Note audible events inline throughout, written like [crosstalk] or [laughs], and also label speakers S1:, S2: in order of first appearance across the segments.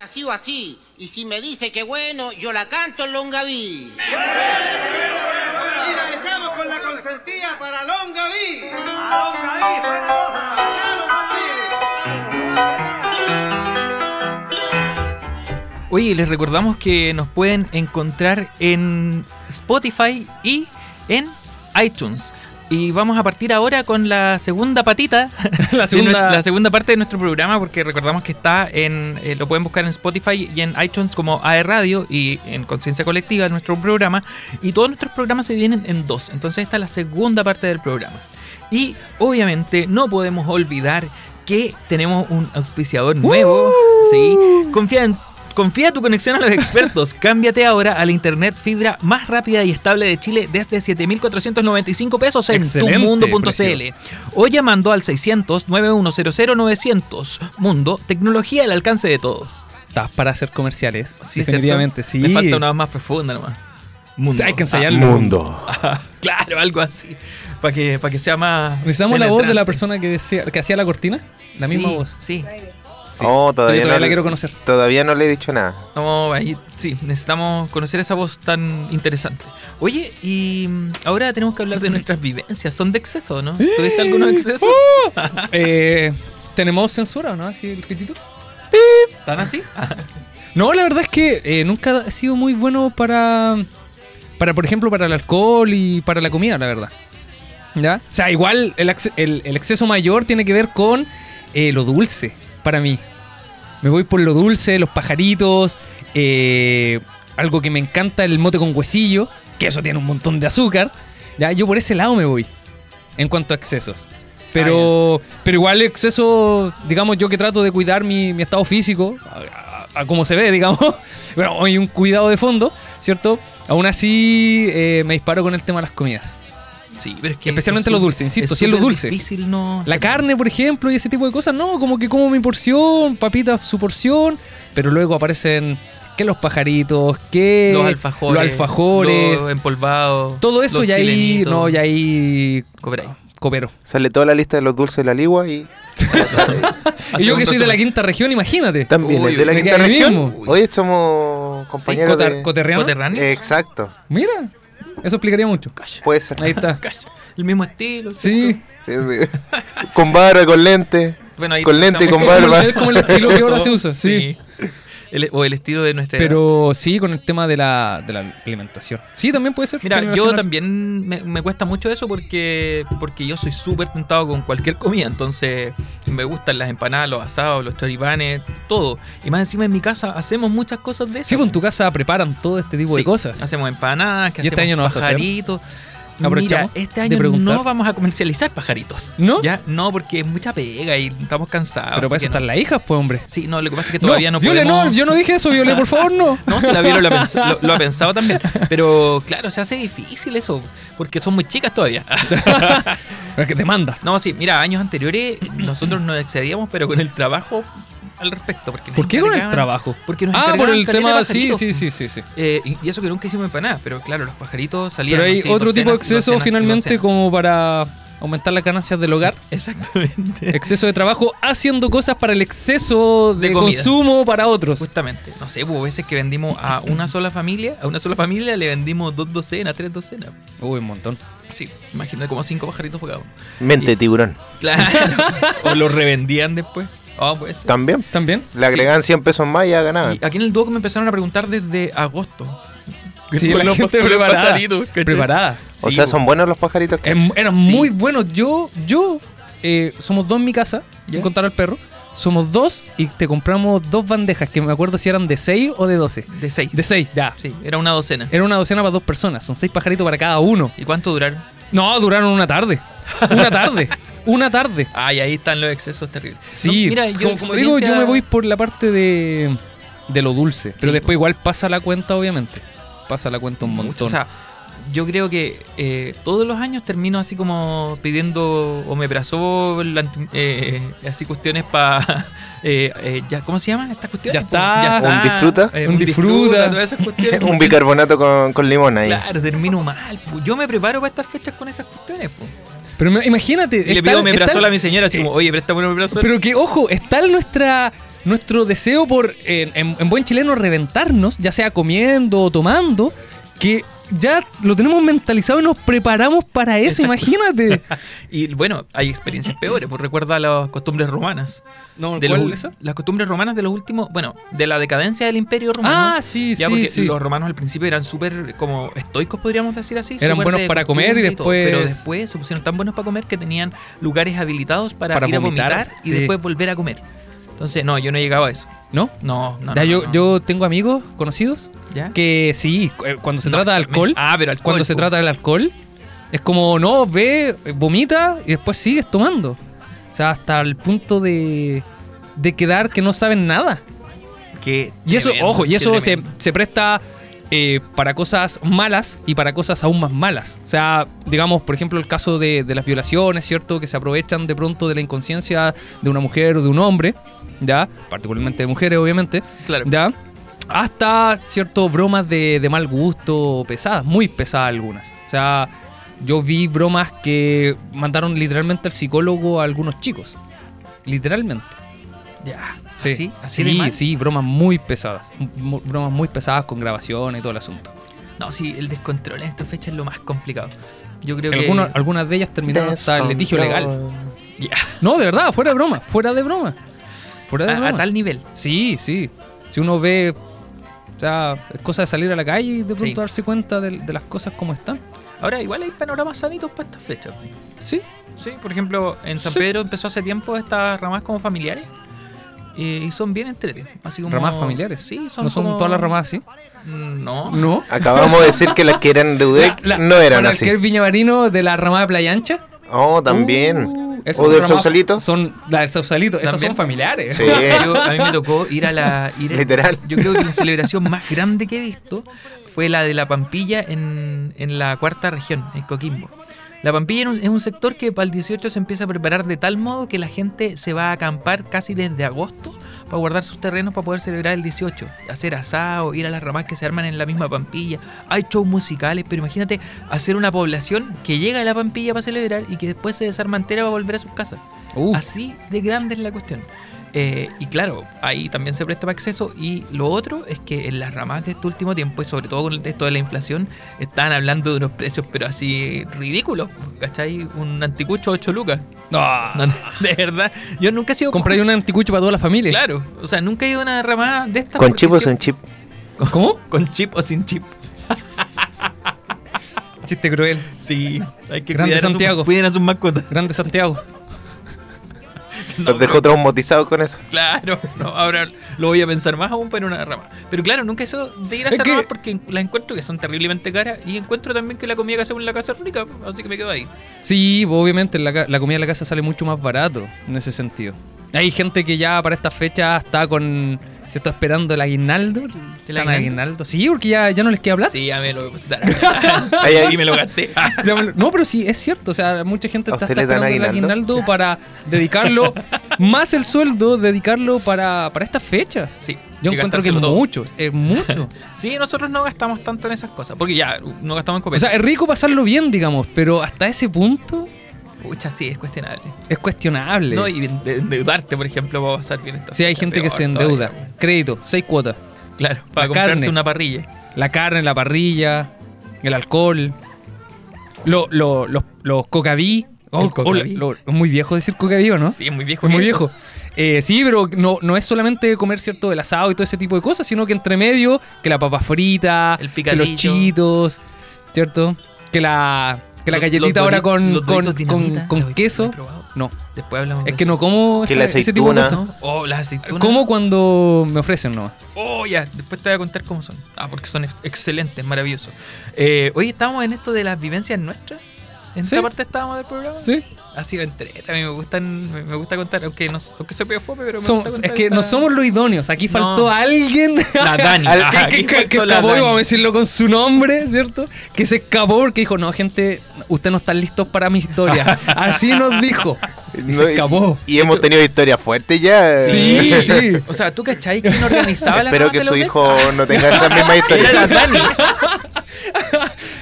S1: nacido así. Y si me dice que bueno, yo la canto en Longaví.
S2: Y la echamos con la consentía para Longaví.
S3: Oye, les recordamos que nos pueden encontrar en Spotify y en iTunes. Y vamos a partir ahora con la segunda patita,
S4: [laughs]
S3: de
S4: La
S3: nue-
S4: segunda-
S3: la segunda parte de nuestro programa, porque recordamos que está en, eh, lo pueden buscar en Spotify y en iTunes como AE Radio y en Conciencia Colectiva, nuestro programa. Y todos nuestros programas se vienen en dos. Entonces esta es la segunda parte del programa. Y obviamente no podemos olvidar que tenemos un auspiciador nuevo. Sí, confía en- Confía tu conexión a los expertos. Cámbiate ahora a la internet fibra más rápida y estable de Chile desde 7.495 pesos en
S4: Excelente
S3: tumundo.cl o llamando al 600-9100-900. Mundo, tecnología al alcance de todos.
S4: Estás para hacer comerciales.
S3: Sí,
S4: definitivamente,
S3: ¿cierto?
S4: sí.
S3: Me falta una voz más profunda nomás.
S4: O sea,
S3: Mundo.
S4: Hay que
S3: Ah,
S4: ensayarlo.
S5: Mundo.
S3: claro, algo así. Para que, para que sea más.
S4: Necesitamos la voz de la
S3: penetrante.
S4: persona que, desea- que hacía la cortina. La misma
S3: Sí,
S4: voz.
S3: Sí.
S4: Sí.
S5: Oh, todavía,
S4: Yo
S5: no
S4: la
S5: le-
S4: quiero conocer.
S5: Todavía no le he dicho nada.
S3: No, ahí sí, necesitamos conocer esa voz tan interesante. Oye, y mm, ahora tenemos que hablar de nuestras vivencias. Son de exceso, ¿no? ¿Tuviste algunos excesos?
S4: ¡Oh!
S3: Ah.
S4: [laughs] Eh, ¿Tenemos censura o no? Así el pitito.
S3: ¿Tan así? Ah,
S4: No, la verdad es que eh, nunca he sido muy bueno para, para, por ejemplo, para el alcohol y para la comida, la verdad. ¿Ya? O sea, igual el, acce- el- el exceso mayor tiene que ver con eh, lo dulce, para mí. Me voy por lo dulce, los pajaritos, eh, algo que me encanta, el mote con huesillo, que eso tiene un montón de azúcar. ¿Ya? Yo por ese lado me voy, en cuanto a excesos. Pero, pero igual el exceso, digamos, yo que trato de cuidar mi, mi estado físico, a, a- a como se ve, digamos, [laughs] pero hay un cuidado de fondo, ¿cierto? Aún así eh, me disparo con el tema de las comidas.
S3: Sí, pero es que.
S4: Especialmente
S3: es
S4: lo
S3: su-
S4: dulce, insisto, sí es lo
S3: súper
S4: dulce.
S3: difícil no.
S4: La
S3: hacer-
S4: carne, por ejemplo, y ese tipo de cosas, no, como que como mi porción, papita su porción, pero luego aparecen que los pajaritos, que
S3: Los alfajores.
S4: Eh, los alfajores,
S3: Los empolvados.
S4: todo eso
S3: los
S4: ya ahí,
S3: chilenitos.
S4: no, ya ahí
S3: Cobráis.
S4: copero.
S5: Sale toda la lista de los dulces de la ligua y
S4: Y yo
S3: un
S4: que soy de la
S3: resumen.
S4: quinta región, imagínate.
S5: también
S3: Uy,
S5: es de la
S4: me
S5: quinta
S4: queda ahí
S5: región.
S4: mismo.
S5: Hoy somos
S4: Sí,
S5: compañeros
S4: cotar-
S5: de...
S4: coterreano.
S3: ¿Coterráneos?
S5: Eh, Exacto,
S4: Mira, eso explicaría mucho.
S5: puede ser.
S4: Ahí está.
S3: Cacha, El mismo estilo.
S4: Sí.
S5: Sí, con barba, con lente.
S3: Bueno, ahí
S5: Con lente y
S4: Es
S5: con
S4: como
S5: barba.
S4: el- es como el estilo que ahora se usa, sí.
S3: El- o el estilo de nuestra edad.
S4: Pero sí, con el tema de la, de la alimentación. Sí, también puede ser.
S3: Mira, yo
S4: generacional.
S3: también me, me cuesta mucho eso porque porque yo soy súper tentado con cualquier comida, entonces me gustan las empanadas, los asados, los choripanes, todo. Y más encima en mi casa hacemos muchas cosas de eso.
S4: Sí, pues en tu casa preparan todo este tipo de
S3: Sí,
S4: cosas.
S3: Hacemos empanadas, que
S4: ¿Y este
S3: hacemos
S4: año no vas a hacer?
S3: pajaritos. Mira,
S4: Aprovechamos
S3: este
S4: de
S3: año
S4: preguntar.
S3: no vamos a comercializar pajaritos.
S4: ¿No?
S3: Ya, no, porque es mucha pega y estamos cansados. así
S4: Pero para eso
S3: que no.
S4: están las hijas, pues, hombre.
S3: Sí, no, lo que pasa es que todavía no,
S4: Viole,
S3: podemos...
S4: no, yo no dije eso, Viole, por favor, no.
S3: [laughs] No, si la Viola lo, ha pens- lo- lo ha pensado
S4: [laughs]
S3: también. Pero claro, se hace difícil eso, porque son muy chicas todavía.
S4: Es que te manda.
S3: No, sí, mira, años anteriores nosotros nos excedíamos, pero con el trabajo al respecto. Porque nos
S4: ¿Por qué con el
S3: encargaban-
S4: trabajo?
S3: Porque nos
S4: Ah, por
S3: encargaban
S4: el
S3: caleta
S4: tema,
S3: de
S4: sí,
S3: pajaritos.
S4: sí, sí, sí, sí.
S3: Eh, y, y eso que nunca hicimos empanadas, pero claro, los pajaritos salían.
S4: Pero hay
S3: no sé,
S4: otro tipo de
S3: docenas,
S4: exceso
S3: docenas y
S4: finalmente
S3: docenas.
S4: como para aumentar las ganancias del
S3: [laughs]
S4: hogar.
S3: Exactamente.
S4: Exceso de trabajo haciendo cosas para el exceso de,
S3: De comida.
S4: consumo para otros.
S3: Justamente, no sé, hubo veces que vendimos a una sola familia, a una sola familia le vendimos dos docenas, tres docenas.
S4: Uy, un montón.
S3: Sí, imagínate, como cinco pajaritos por cada uno.
S5: Mente tiburón.
S4: [laughs]
S3: Claro. o los revendían después. Ah, pues. sí.
S5: También.
S4: ¿También?
S5: Le agregaban 100 pesos más y ya ganaban.
S4: ah,
S3: Y aquí en el Duoc me empezaron a preguntar desde agosto.
S4: Sí,
S3: Por
S4: la
S3: los-
S4: gente
S3: por los
S4: preparada.
S3: pajaritos, ¿cachai?
S4: Preparada.
S5: O
S3: Sí,
S5: sea,
S3: bo.
S5: son buenos los pajaritos que
S4: Em-
S5: hacen.
S4: eran
S3: Sí.
S4: muy buenos. Yo, yo, eh, somos dos en mi casa, sin
S3: Ya.
S4: contar al perro. Somos dos y te compramos dos bandejas, que me acuerdo si eran de 6 o de 12.
S3: De seis.
S4: De Eh. 6, ya.
S3: Sí, era una docena.
S4: Era una docena para dos personas, son seis pajaritos para cada uno.
S3: ¿Y cuánto duraron?
S4: No, duraron una tarde.
S3: [laughs]
S4: Una tarde. una tarde.
S3: Ay, ahí están los excesos terribles.
S4: Sí,
S3: No, mira, yo
S4: como, como digo, yo
S3: experiencia-
S4: me voy por la parte de, de lo dulce.
S3: Sí.
S4: Pero después igual pasa la cuenta, obviamente. Pasa la cuenta un montón.
S3: O sea, yo creo que eh, todos los años termino así como pidiendo omeprazol, anti- eh, así cuestiones [laughs] para... ¿Cómo se llama estas cuestiones?
S4: Ya está.
S5: Un disfruta.
S4: Un disfruta.
S3: Eh, todas esas cuestiones.
S5: [laughs] Un bicarbonato con, con limón ahí.
S3: Claro, termino mal. po. Yo me preparo para estas fechas con esas cuestiones. po.
S4: pero me- imagínate.
S3: Y le
S4: está-
S3: pido omeprazol
S4: está-
S3: a mi señora, así como, oye, préstame un omeprazol.
S4: Pero que, ojo, está en nuestra nuestro deseo por, en, en- en buen chileno, reventarnos, ya sea comiendo o tomando, que ya lo tenemos mentalizado y nos preparamos para eso,
S3: Exacto.
S4: imagínate.
S3: Y bueno, hay experiencias peores, pues recuerda las costumbres romanas.
S4: [laughs] No,
S3: De
S4: ¿cuál
S3: los-
S4: esa?
S3: Las costumbres romanas de los últimos, bueno, de la decadencia del imperio romano.
S4: Ah, sí,
S3: Ya,
S4: sí,
S3: porque
S4: sí.
S3: los romanos al principio eran súper como estoicos, podríamos decir así.
S4: Eran
S3: súper
S4: buenos
S3: de
S4: para comer y
S3: costumbre todo,
S4: después-
S3: pero después se pusieron tan buenos para comer que tenían lugares habilitados para,
S4: Para
S3: ir
S4: vomitar,
S3: a vomitar y
S4: sí.
S3: después volver a comer. Entonces, no, yo no he llegado a eso.
S4: ¿No?
S3: No, no.
S4: Ya
S3: no,
S4: yo,
S3: no.
S4: yo tengo amigos conocidos
S3: ¿Ya?
S4: que sí, cu- eh, cuando se
S3: No,
S4: trata de
S3: me-
S4: alcohol,
S3: Ah, pero alcohol.
S4: cuando se
S3: po.
S4: trata del alcohol, es como, no, ve, vomita y después sigues tomando. O sea, hasta el punto de, de quedar que no saben nada.
S3: Qué
S4: Y eso,
S3: tremendo,
S4: ojo, y
S3: qué
S4: eso se,
S3: tremendo.
S4: se presta eh, para cosas malas y para cosas aún más malas. O sea, digamos, por ejemplo, el caso de, de las violaciones, ¿cierto? Que se aprovechan de pronto de la inconsciencia de una mujer o de un hombre, ¿ya? Particularmente de mujeres, obviamente,
S3: Claro.
S4: ¿ya? Hasta, ¿cierto? Bromas de, de mal gusto, pesadas, muy pesadas algunas. O sea, yo vi bromas que mandaron literalmente al psicólogo a algunos chicos. Literalmente.
S3: Ya.
S4: Sí,
S3: Así, así de
S4: sí,
S3: mal.
S4: sí, bromas muy pesadas. mu- Bromas muy pesadas con grabación y todo el asunto.
S3: No, sí, el descontrol en esta fecha es lo más complicado. Yo creo
S4: Algunos-
S3: que.
S4: algunas de ellas terminaron hasta el litigio legal.
S3: Ya,
S4: No, de verdad, fuera de broma, fuera de broma. Fuera
S3: [laughs]
S4: de
S3: a- a,
S4: broma.
S3: tal nivel.
S4: Sí, sí. Si uno ve, o sea, es cosa de salir a la calle y de pronto
S3: Sí.
S4: darse cuenta de, de las cosas como están.
S3: Ahora, igual hay panoramas sanitos para estas fechas.
S4: Sí.
S3: Sí, por ejemplo, en San
S4: Sí.
S3: Pedro empezó hace tiempo estas ramas como familiares. eh, y son bien entretenidas. Así como.
S4: Ramas familiares.
S3: Sí, son.
S4: no son
S3: como- Mm,
S4: todas las ramas así.
S3: No.
S4: [laughs] No.
S5: Acabamos de decir que las que eran de UDEC
S4: La- la-
S5: no eran
S4: para
S5: así.
S4: El viñamarino de la rama de Playa Ancha.
S5: Oh, también.
S4: Uh, esas
S5: ¿O
S4: son
S5: del
S4: ramas-
S5: Sausalito?
S4: Son, la del Sausalito, esas
S3: También.
S4: son familiares. [laughs]
S5: Sí.
S3: Yo- a mí me tocó ir a la. ir a-
S5: Literal.
S3: Yo creo que la celebración más grande que he visto fue la de la Pampilla en, en la cuarta región, en Coquimbo. La Pampilla era un- es un sector que para el 18 se empieza a preparar de tal modo que la gente se va a acampar casi desde agosto para guardar sus terrenos para poder celebrar el 18. Hacer asado, ir a las ramas que se arman en la misma Pampilla. Hay shows musicales, pero imagínate hacer una población que llega a la Pampilla para celebrar y que después se desarma entera para volver a sus casas.
S4: Uh,
S3: Así de grande es la cuestión. Eh, y claro, ahí también se presta para acceso. Y lo otro es que en las ramas de este último tiempo, y sobre todo con el texto de la inflación, están hablando de unos precios, pero así ridículos. ¿Cachai? Un anticucho 8 lucas.
S4: ah.
S3: No, de verdad, yo nunca he sido.
S4: Compré un anticucho para toda la familia.
S3: Claro, o sea, nunca he ido a una ramada de estas.
S5: ¿Con
S3: porque
S5: chip o
S3: siempre-
S5: sin chip?
S4: ¿Cómo?
S3: Con chip o sin chip.
S4: Chiste cruel.
S3: Sí, hay que
S4: Grande
S3: cuidar a
S4: Santiago.
S3: sus, cuiden a sus mascotas.
S4: Grande Santiago.
S5: Los dejó traumatizados con eso.
S3: Claro, [laughs] no, ahora lo voy a pensar más aún para una rama. Pero claro, nunca eso de ir a
S4: Es
S3: esas
S4: que-
S3: ramas porque las encuentro que son terriblemente caras y encuentro también que la comida que hacemos en la casa es rica, así que me quedo ahí.
S4: Sí, obviamente la, ca- la comida de la casa sale mucho más barato en ese sentido. Hay gente que ya para estas fechas está con. Se está esperando el aguinaldo. ¿El
S3: aguinaldo?
S4: aguinaldo? Sí, porque ya, ya no les queda plata.
S3: Sí, ya me lo voy a depositar.
S5: Ahí, ahí.
S3: y me lo gasté.
S4: [laughs] Ya me lo- No, pero sí, es cierto. O sea, mucha gente
S5: ¿A
S4: está,
S5: usted
S4: está
S5: le dan
S4: esperando el
S5: aguinaldo?
S4: aguinaldo para
S5: [laughs]
S4: dedicarlo, más el sueldo, dedicarlo para, para estas fechas.
S3: Sí,
S4: Yo
S3: y
S4: encuentro que es
S3: gastárselo todo.
S4: mucho, es
S3: [laughs]
S4: mucho.
S3: Sí, nosotros no gastamos tanto en esas cosas, porque ya no gastamos en
S4: o
S3: comer.
S4: sea, es rico pasarlo bien, digamos, pero hasta ese punto eh,
S3: Pucha, sí, es cuestionable.
S4: es cuestionable.
S3: No, y de- endeudarte, por ejemplo, va a pasar bien esta
S4: Sí, hay
S3: fecha,
S4: gente que
S3: peor
S4: se
S3: todavía.
S4: endeuda. Crédito, seis cuotas.
S3: Claro, para
S4: La
S3: comprarse
S4: carne.
S3: una parrilla.
S4: La carne, la parrilla, el alcohol, lo- lo- los, los cocaví.
S3: El Oh, cocaví.
S4: lo- es muy viejo decir cocaví, ¿o no?
S3: Sí, es muy viejo.
S4: Es muy
S3: eso.
S4: viejo. Eh, sí, pero no, no es solamente comer, ¿cierto? El asado y todo ese tipo de cosas, sino que entre medio, que la papa frita,
S3: El
S4: que los
S3: picadillo.
S4: chitos, ¿cierto? Que la, que la
S3: Los-
S4: galletita
S3: los
S4: ahora
S3: doritos-
S4: con,
S3: los
S4: con,
S3: doritos
S4: con-
S3: dinamita,
S4: con
S3: los he-
S4: queso.
S3: los he probado.
S4: No,
S3: Después hablamos
S4: es
S3: de
S4: que
S3: eso.
S4: no como
S5: Que la
S4: esa- ese tipo de
S5: aceituna.
S4: cosas.
S3: Oh, las aceitunas.
S4: Como cuando me ofrecen, ¿no?
S3: Oh, ya, después te voy a contar cómo son. Ah, porque son ex- excelentes, maravillosos. Eh, hoy estábamos en esto de las vivencias nuestras. En
S4: Sí.
S3: esa parte estábamos del programa.
S4: Sí.
S3: Ha sido entrete. A mí me, gustan, me, me gusta contar, aunque, no, aunque soy pedofobe, pero me
S4: Somos-
S3: gusta contar.
S4: es que
S3: esta-
S4: no somos los idóneos. Aquí
S3: No.
S4: faltó alguien.
S3: La
S4: [laughs]
S3: Dani.
S5: Al-
S3: Ajá,
S4: que,
S3: aquí
S4: que- que
S3: faltó la
S4: escapó,
S3: Dani.
S4: vamos a decirlo con su nombre, ¿cierto? Que se escapó porque dijo, no, gente, ustedes no están listos para
S3: [laughs]
S4: mi historia. Así nos dijo. Y
S5: No,
S4: se escapó.
S5: Y hemos tenido historias fuertes ya. [laughs]
S4: Sí, sí.
S3: O sea, ¿tú cachai quién organizaba la
S5: Espero
S3: rama
S5: que
S3: de
S5: su
S3: los
S5: hijo no tenga esa misma
S3: de- Era la
S5: historia.
S3: Dani.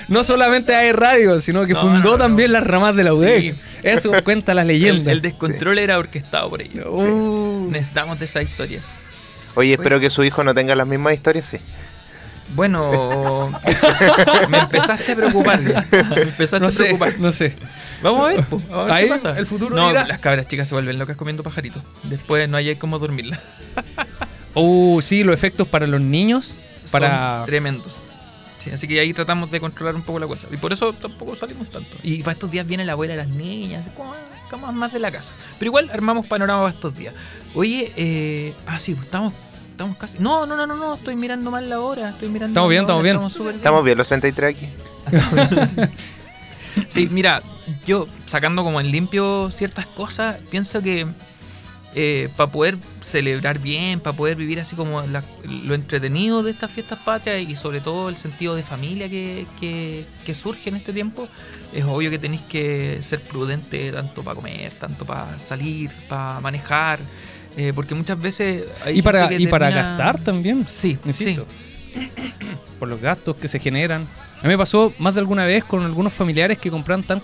S4: No solamente hay radio, sino que
S3: No,
S4: fundó
S3: no, no.
S4: también las ramas de la UDEC.
S3: Sí.
S4: Eso cuenta las
S3: El,
S4: leyendas.
S3: el descontrol era orquestado por ellos.
S4: Uh.
S3: Necesitamos de esa historia.
S5: Oye, espero que su hijo no tenga las mismas historias, sí.
S3: Bueno, [laughs] me empezaste a preocupar. ya. Me empezaste
S4: No
S3: a
S4: sé,
S3: preocupar.
S4: no sé.
S3: Vamos a ver, po, a ver
S4: Ahí,
S3: qué pasa.
S4: el futuro
S3: no,
S4: dirá.
S3: las cabras chicas se vuelven locas comiendo pajaritos. Después no hay cómo dormirlas.
S4: Uh, sí, los efectos para los niños. Para.
S3: Son tremendos. Sí, así que ahí tratamos de controlar un poco la cosa. Y por eso tampoco salimos tanto. Y para estos días viene la abuela de las niñas, camas más de la casa. Pero igual armamos panorama para estos días. Oye, eh, ah, sí, estamos, estamos casi. No, no, no, no, no, estoy mirando mal la hora. Estoy mirando
S4: Estamos
S3: mal
S4: bien,
S3: la
S4: estamos
S3: hora,
S4: bien.
S3: súper
S5: Estamos bien los 33 aquí.
S3: Sí, mira, yo sacando como en limpio ciertas cosas, pienso que para poder celebrar bien, para poder vivir así como la- lo entretenido de estas fiestas patrias y sobre todo el sentido de familia que, que- que surge en este tiempo, es obvio que tenéis que ser prudente tanto para comer, tanto para salir, para manejar, eh, porque muchas veces... hay
S4: Y para,
S3: gente que
S4: y para
S3: termina-
S4: gastar también.
S3: Sí,
S4: insisto. Por los gastos que se generan. A mí me pasó más de alguna vez con algunos familiares que compraron tan,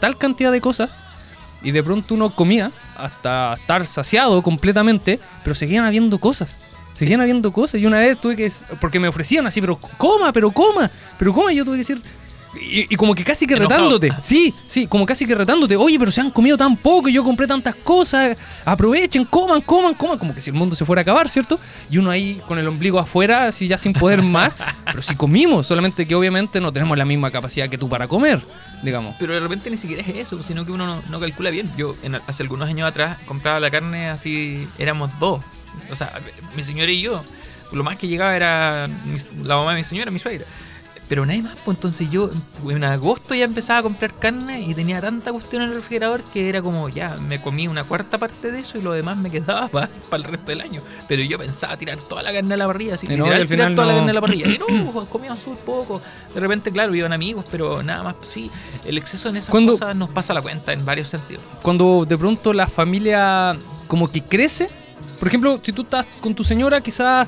S4: tal cantidad de cosas y de pronto uno comía hasta estar saciado completamente, pero seguían habiendo cosas. Seguían habiendo cosas. Y una vez tuve que. s- Porque me ofrecían así, pero coma, pero coma, pero coma. Y yo tuve que decir. Y, y como que casi que
S3: Enojado.
S4: retándote. Sí, sí, como casi que retándote. Oye, pero se han comido tan poco y yo compré tantas cosas. Aprovechen, coman, coman, coman. Como que si el mundo se fuera a acabar, ¿cierto? Y uno ahí con el ombligo afuera, así ya sin poder más. Pero si comimos, solamente que obviamente no tenemos la misma capacidad que tú para comer, digamos.
S3: Pero de repente ni siquiera es eso, sino que uno no, no calcula bien. Yo en- hace algunos años atrás compraba la carne así, éramos dos. O sea, mi señora y yo. Lo más que llegaba era mi- la mamá de mi señora, mi suegra. Pero nadie más, pues entonces yo en agosto ya empezaba a comprar carne y tenía tanta cuestión en el refrigerador que era como ya, me comí una cuarta parte de eso y lo demás me quedaba [laughs] para el resto del año. Pero yo pensaba tirar toda la carne a la parrilla, así,
S4: Y no,
S3: literal,
S4: y al
S3: tirar
S4: final
S3: toda la
S4: no.
S3: carne a la parrilla. Y no, pues, [laughs] comían súper poco. De repente, claro, iban amigos, pero nada más, sí, el exceso en esas
S4: Cuando-
S3: cosas nos pasa la cuenta en varios sentidos.
S4: cuando de pronto la familia como que crece. Por ejemplo, si tú estás con tu señora, quizás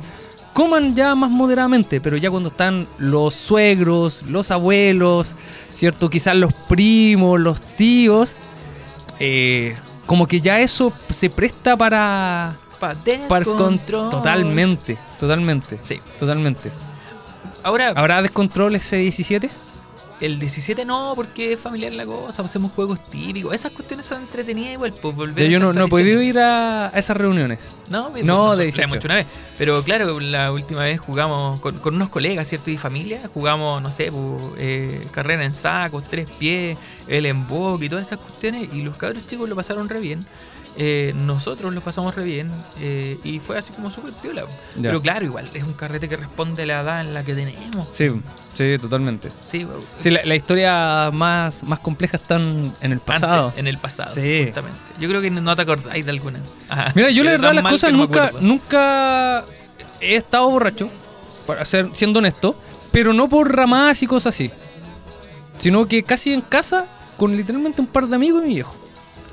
S4: coman ya más moderadamente, pero ya cuando están los suegros, los abuelos, ¿cierto? Quizás los primos, los tíos, eh, como que ya eso se presta para...
S3: Pa
S4: para descon-
S3: descontrol.
S4: totalmente, totalmente,
S3: Sí.
S4: totalmente.
S3: Ahora,
S4: ¿Habrá descontrol ese 17?
S3: El 17 no, porque es familiar la cosa, hacemos juegos típicos. Esas cuestiones son entretenidas igual, pues volver a
S4: yo
S3: esas
S4: no, no he
S3: tradiciones.
S4: podido ir a, a esas reuniones.
S3: No,
S4: No,
S3: no
S4: de
S3: de hecho
S4: 18.
S3: una vez. Pero claro, la última vez jugamos con, con unos colegas, ¿cierto? Y familia, jugamos, no sé, pues, eh, carrera en sacos, tres pies, el emboque y todas esas cuestiones. Y los cabros chicos lo pasaron re bien. Eh, nosotros lo pasamos re bien. eh, y fue así como súper piola.
S4: Ya.
S3: Pero claro, igual, es un carrete que responde a la edad en la que tenemos.
S4: Sí, sí, totalmente.
S3: Sí,
S4: Sí, la, la historia más, más compleja está en en el
S3: antes,
S4: pasado.
S3: en el pasado,
S4: Sí.
S3: justamente. Yo creo que no te acordáis de alguna. Ajá.
S4: Mira, yo la
S3: Era
S4: verdad
S3: tan
S4: las
S3: mal
S4: cosas
S3: que no me
S4: nunca,
S3: acuerdo.
S4: nunca he estado borracho, para ser, siendo honesto, pero no por ramadas y cosas así. Sino que casi en casa, con literalmente un par de amigos y mi viejo.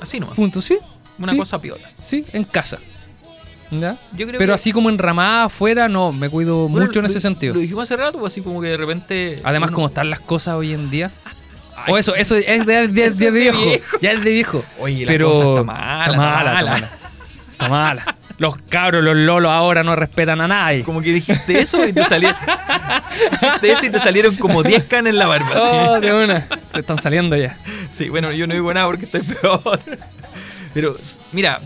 S3: Así nomás.
S4: Punto, sí.
S3: Una
S4: sí,
S3: cosa piola.
S4: Sí, en casa. ¿Ya?
S3: Yo creo
S4: Pero
S3: que-
S4: así como en ramada afuera, no, me cuido
S3: Bueno,
S4: mucho en
S3: lo-
S4: ese sentido.
S3: Lo dijimos hace rato, pues, así como que de repente.
S4: Además,
S3: uno-
S4: como están las cosas hoy en día. O eso, eso es de, de-
S3: Eso
S4: de
S3: es de
S4: viejo.
S3: viejo.
S4: Ya es de viejo.
S3: Oye, la
S4: Pero
S3: cosa está mala,
S4: Está mala, está mala. Está mala. Los cabros, los lolos ahora no respetan a nadie.
S3: Como que dijiste eso y te salieron. dijiste eso y te salieron como 10 canas en la barba. así.
S4: Oh, de una. Se están saliendo ya.
S3: Sí, bueno, yo no digo nada porque estoy peor. Pero, s- mira,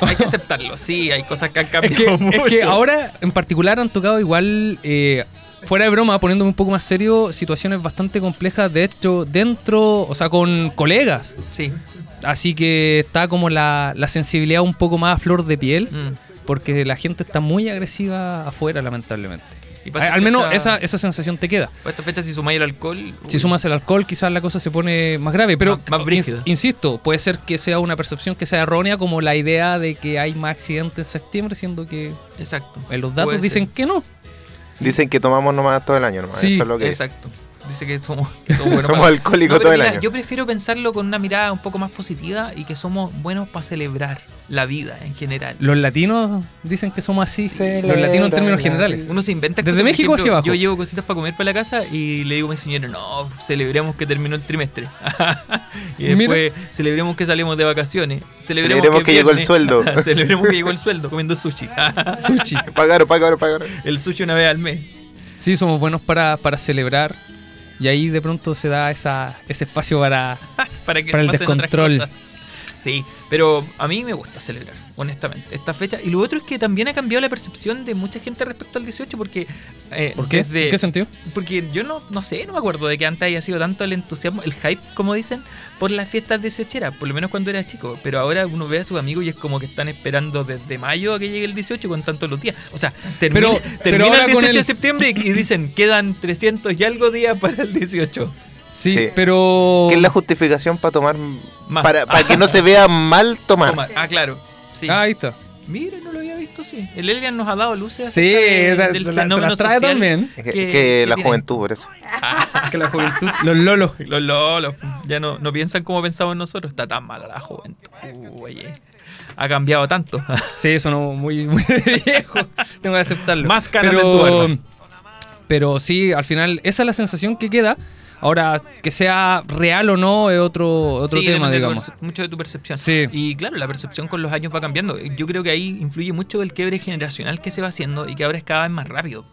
S3: hay que aceptarlo. Sí, hay cosas que han
S4: Es
S3: cambiado
S4: que, es
S3: mucho.
S4: que ahora en particular han tocado igual, eh, fuera de broma, poniéndome un poco más serio, situaciones bastante complejas, de hecho, dentro, o sea, con colegas.
S3: Sí.
S4: Así que está como la, la sensibilidad un poco más a flor de piel.
S3: mm.
S4: Porque la gente está muy agresiva afuera, lamentablemente.
S3: Y para
S4: Al
S3: esta
S4: al menos
S3: fecha-
S4: esa, esa sensación te queda.
S3: Para esta fecha, si sumáis el alcohol.
S4: Si
S3: uy,
S4: sumas el alcohol, quizás la cosa se pone más grave. Pero,
S3: Más- más brígida.
S4: ins- insisto, puede ser que sea una percepción que sea errónea, como la idea de que hay más accidentes en septiembre, siendo que
S3: Exacto.
S4: en los
S3: Puede
S4: datos
S3: ser.
S4: dicen que no.
S5: Dicen que tomamos nomás todo el año nomás.
S4: Sí,
S5: eso es lo que dicen.
S3: Exacto. dice que somos, que
S5: [laughs]
S3: somos buenos
S5: Somos
S3: para-
S5: alcohólicos
S3: No, pero
S5: todo el
S3: mira,
S5: año.
S3: Yo prefiero pensarlo con una mirada un poco más positiva y que somos buenos para celebrar la vida en general.
S4: Los latinos dicen que somos así. los latinos en términos generales.
S3: Uno se inventa
S4: Desde
S3: por
S4: México hacia abajo.
S3: Yo llevo cositas para comer para la casa y le digo a mi señora, no, celebremos que terminó el trimestre. [laughs] y
S4: Mira.
S3: después celebremos que salimos de vacaciones. Celebremos,
S5: Celebremos que llegó el
S3: viernes-
S5: sueldo.
S3: [laughs] celebremos que llegó el sueldo comiendo sushi. [laughs]
S4: Sushi.
S5: Pagaron, pagaron, pagaron.
S3: el sushi una vez al mes.
S4: Sí, somos buenos para, para celebrar. Y ahí de pronto se da esa, ese espacio para.
S3: para que
S4: Para el
S3: pasen otras
S4: descontrol.
S3: cosas. Sí, pero a mí me gusta celebrar, honestamente, esta fecha. Y lo otro es que también ha cambiado la percepción de mucha gente respecto al 18, porque. eh,
S4: ¿Por qué?
S3: desde-
S4: ¿En qué sentido?
S3: porque yo no, no sé, no me acuerdo de que antes haya sido tanto el entusiasmo, el hype, como dicen, por las fiestas 18 por lo menos cuando era chico. Pero ahora uno ve a sus amigos y es como que están esperando desde mayo a que llegue el 18 con tantos los días. O sea, termina,
S4: Pero-
S3: termina
S4: pero ahora
S3: el
S4: con
S3: 18 de
S4: el-
S3: septiembre y y dicen, quedan 300 y algo días para el 18.
S4: Sí,
S5: Sí.
S4: pero.
S5: ¿Qué es la justificación para tomar.
S3: Más.
S5: Para, para que no se vea mal tomar.
S3: Toma, Ah, claro. Sí.
S4: Ah, ahí está.
S3: Mira, no lo había visto, sí. El Elian nos ha dado luces
S4: Sí,
S3: acerca de-
S4: la-
S3: del
S4: la-
S3: fenómeno
S4: la trae
S3: social
S4: también.
S5: Es que,
S3: que-
S5: que
S3: que
S5: la
S3: tiene.
S5: juventud, por eso.
S4: Que la juventud. Los lolos.
S3: Los lolos ya no, no piensan como pensamos nosotros. Está tan mala la juventud. Uh, oye, ha cambiado tanto. [laughs]
S4: Sí, sonó muy, muy de viejo. Tengo que aceptarlo.
S3: Máscaras en tu alma.
S4: Pero sí, al final, esa es la sensación que queda. Ahora, que sea real o no, es otro, otro
S3: Sí,
S4: tema,
S3: depende de tu
S4: digamos.
S3: perce- mucho de tu percepción.
S4: Sí.
S3: Y claro, la percepción con los años va cambiando. Yo creo que ahí influye mucho el quiebre generacional que se va haciendo y que ahora es cada vez más rápido.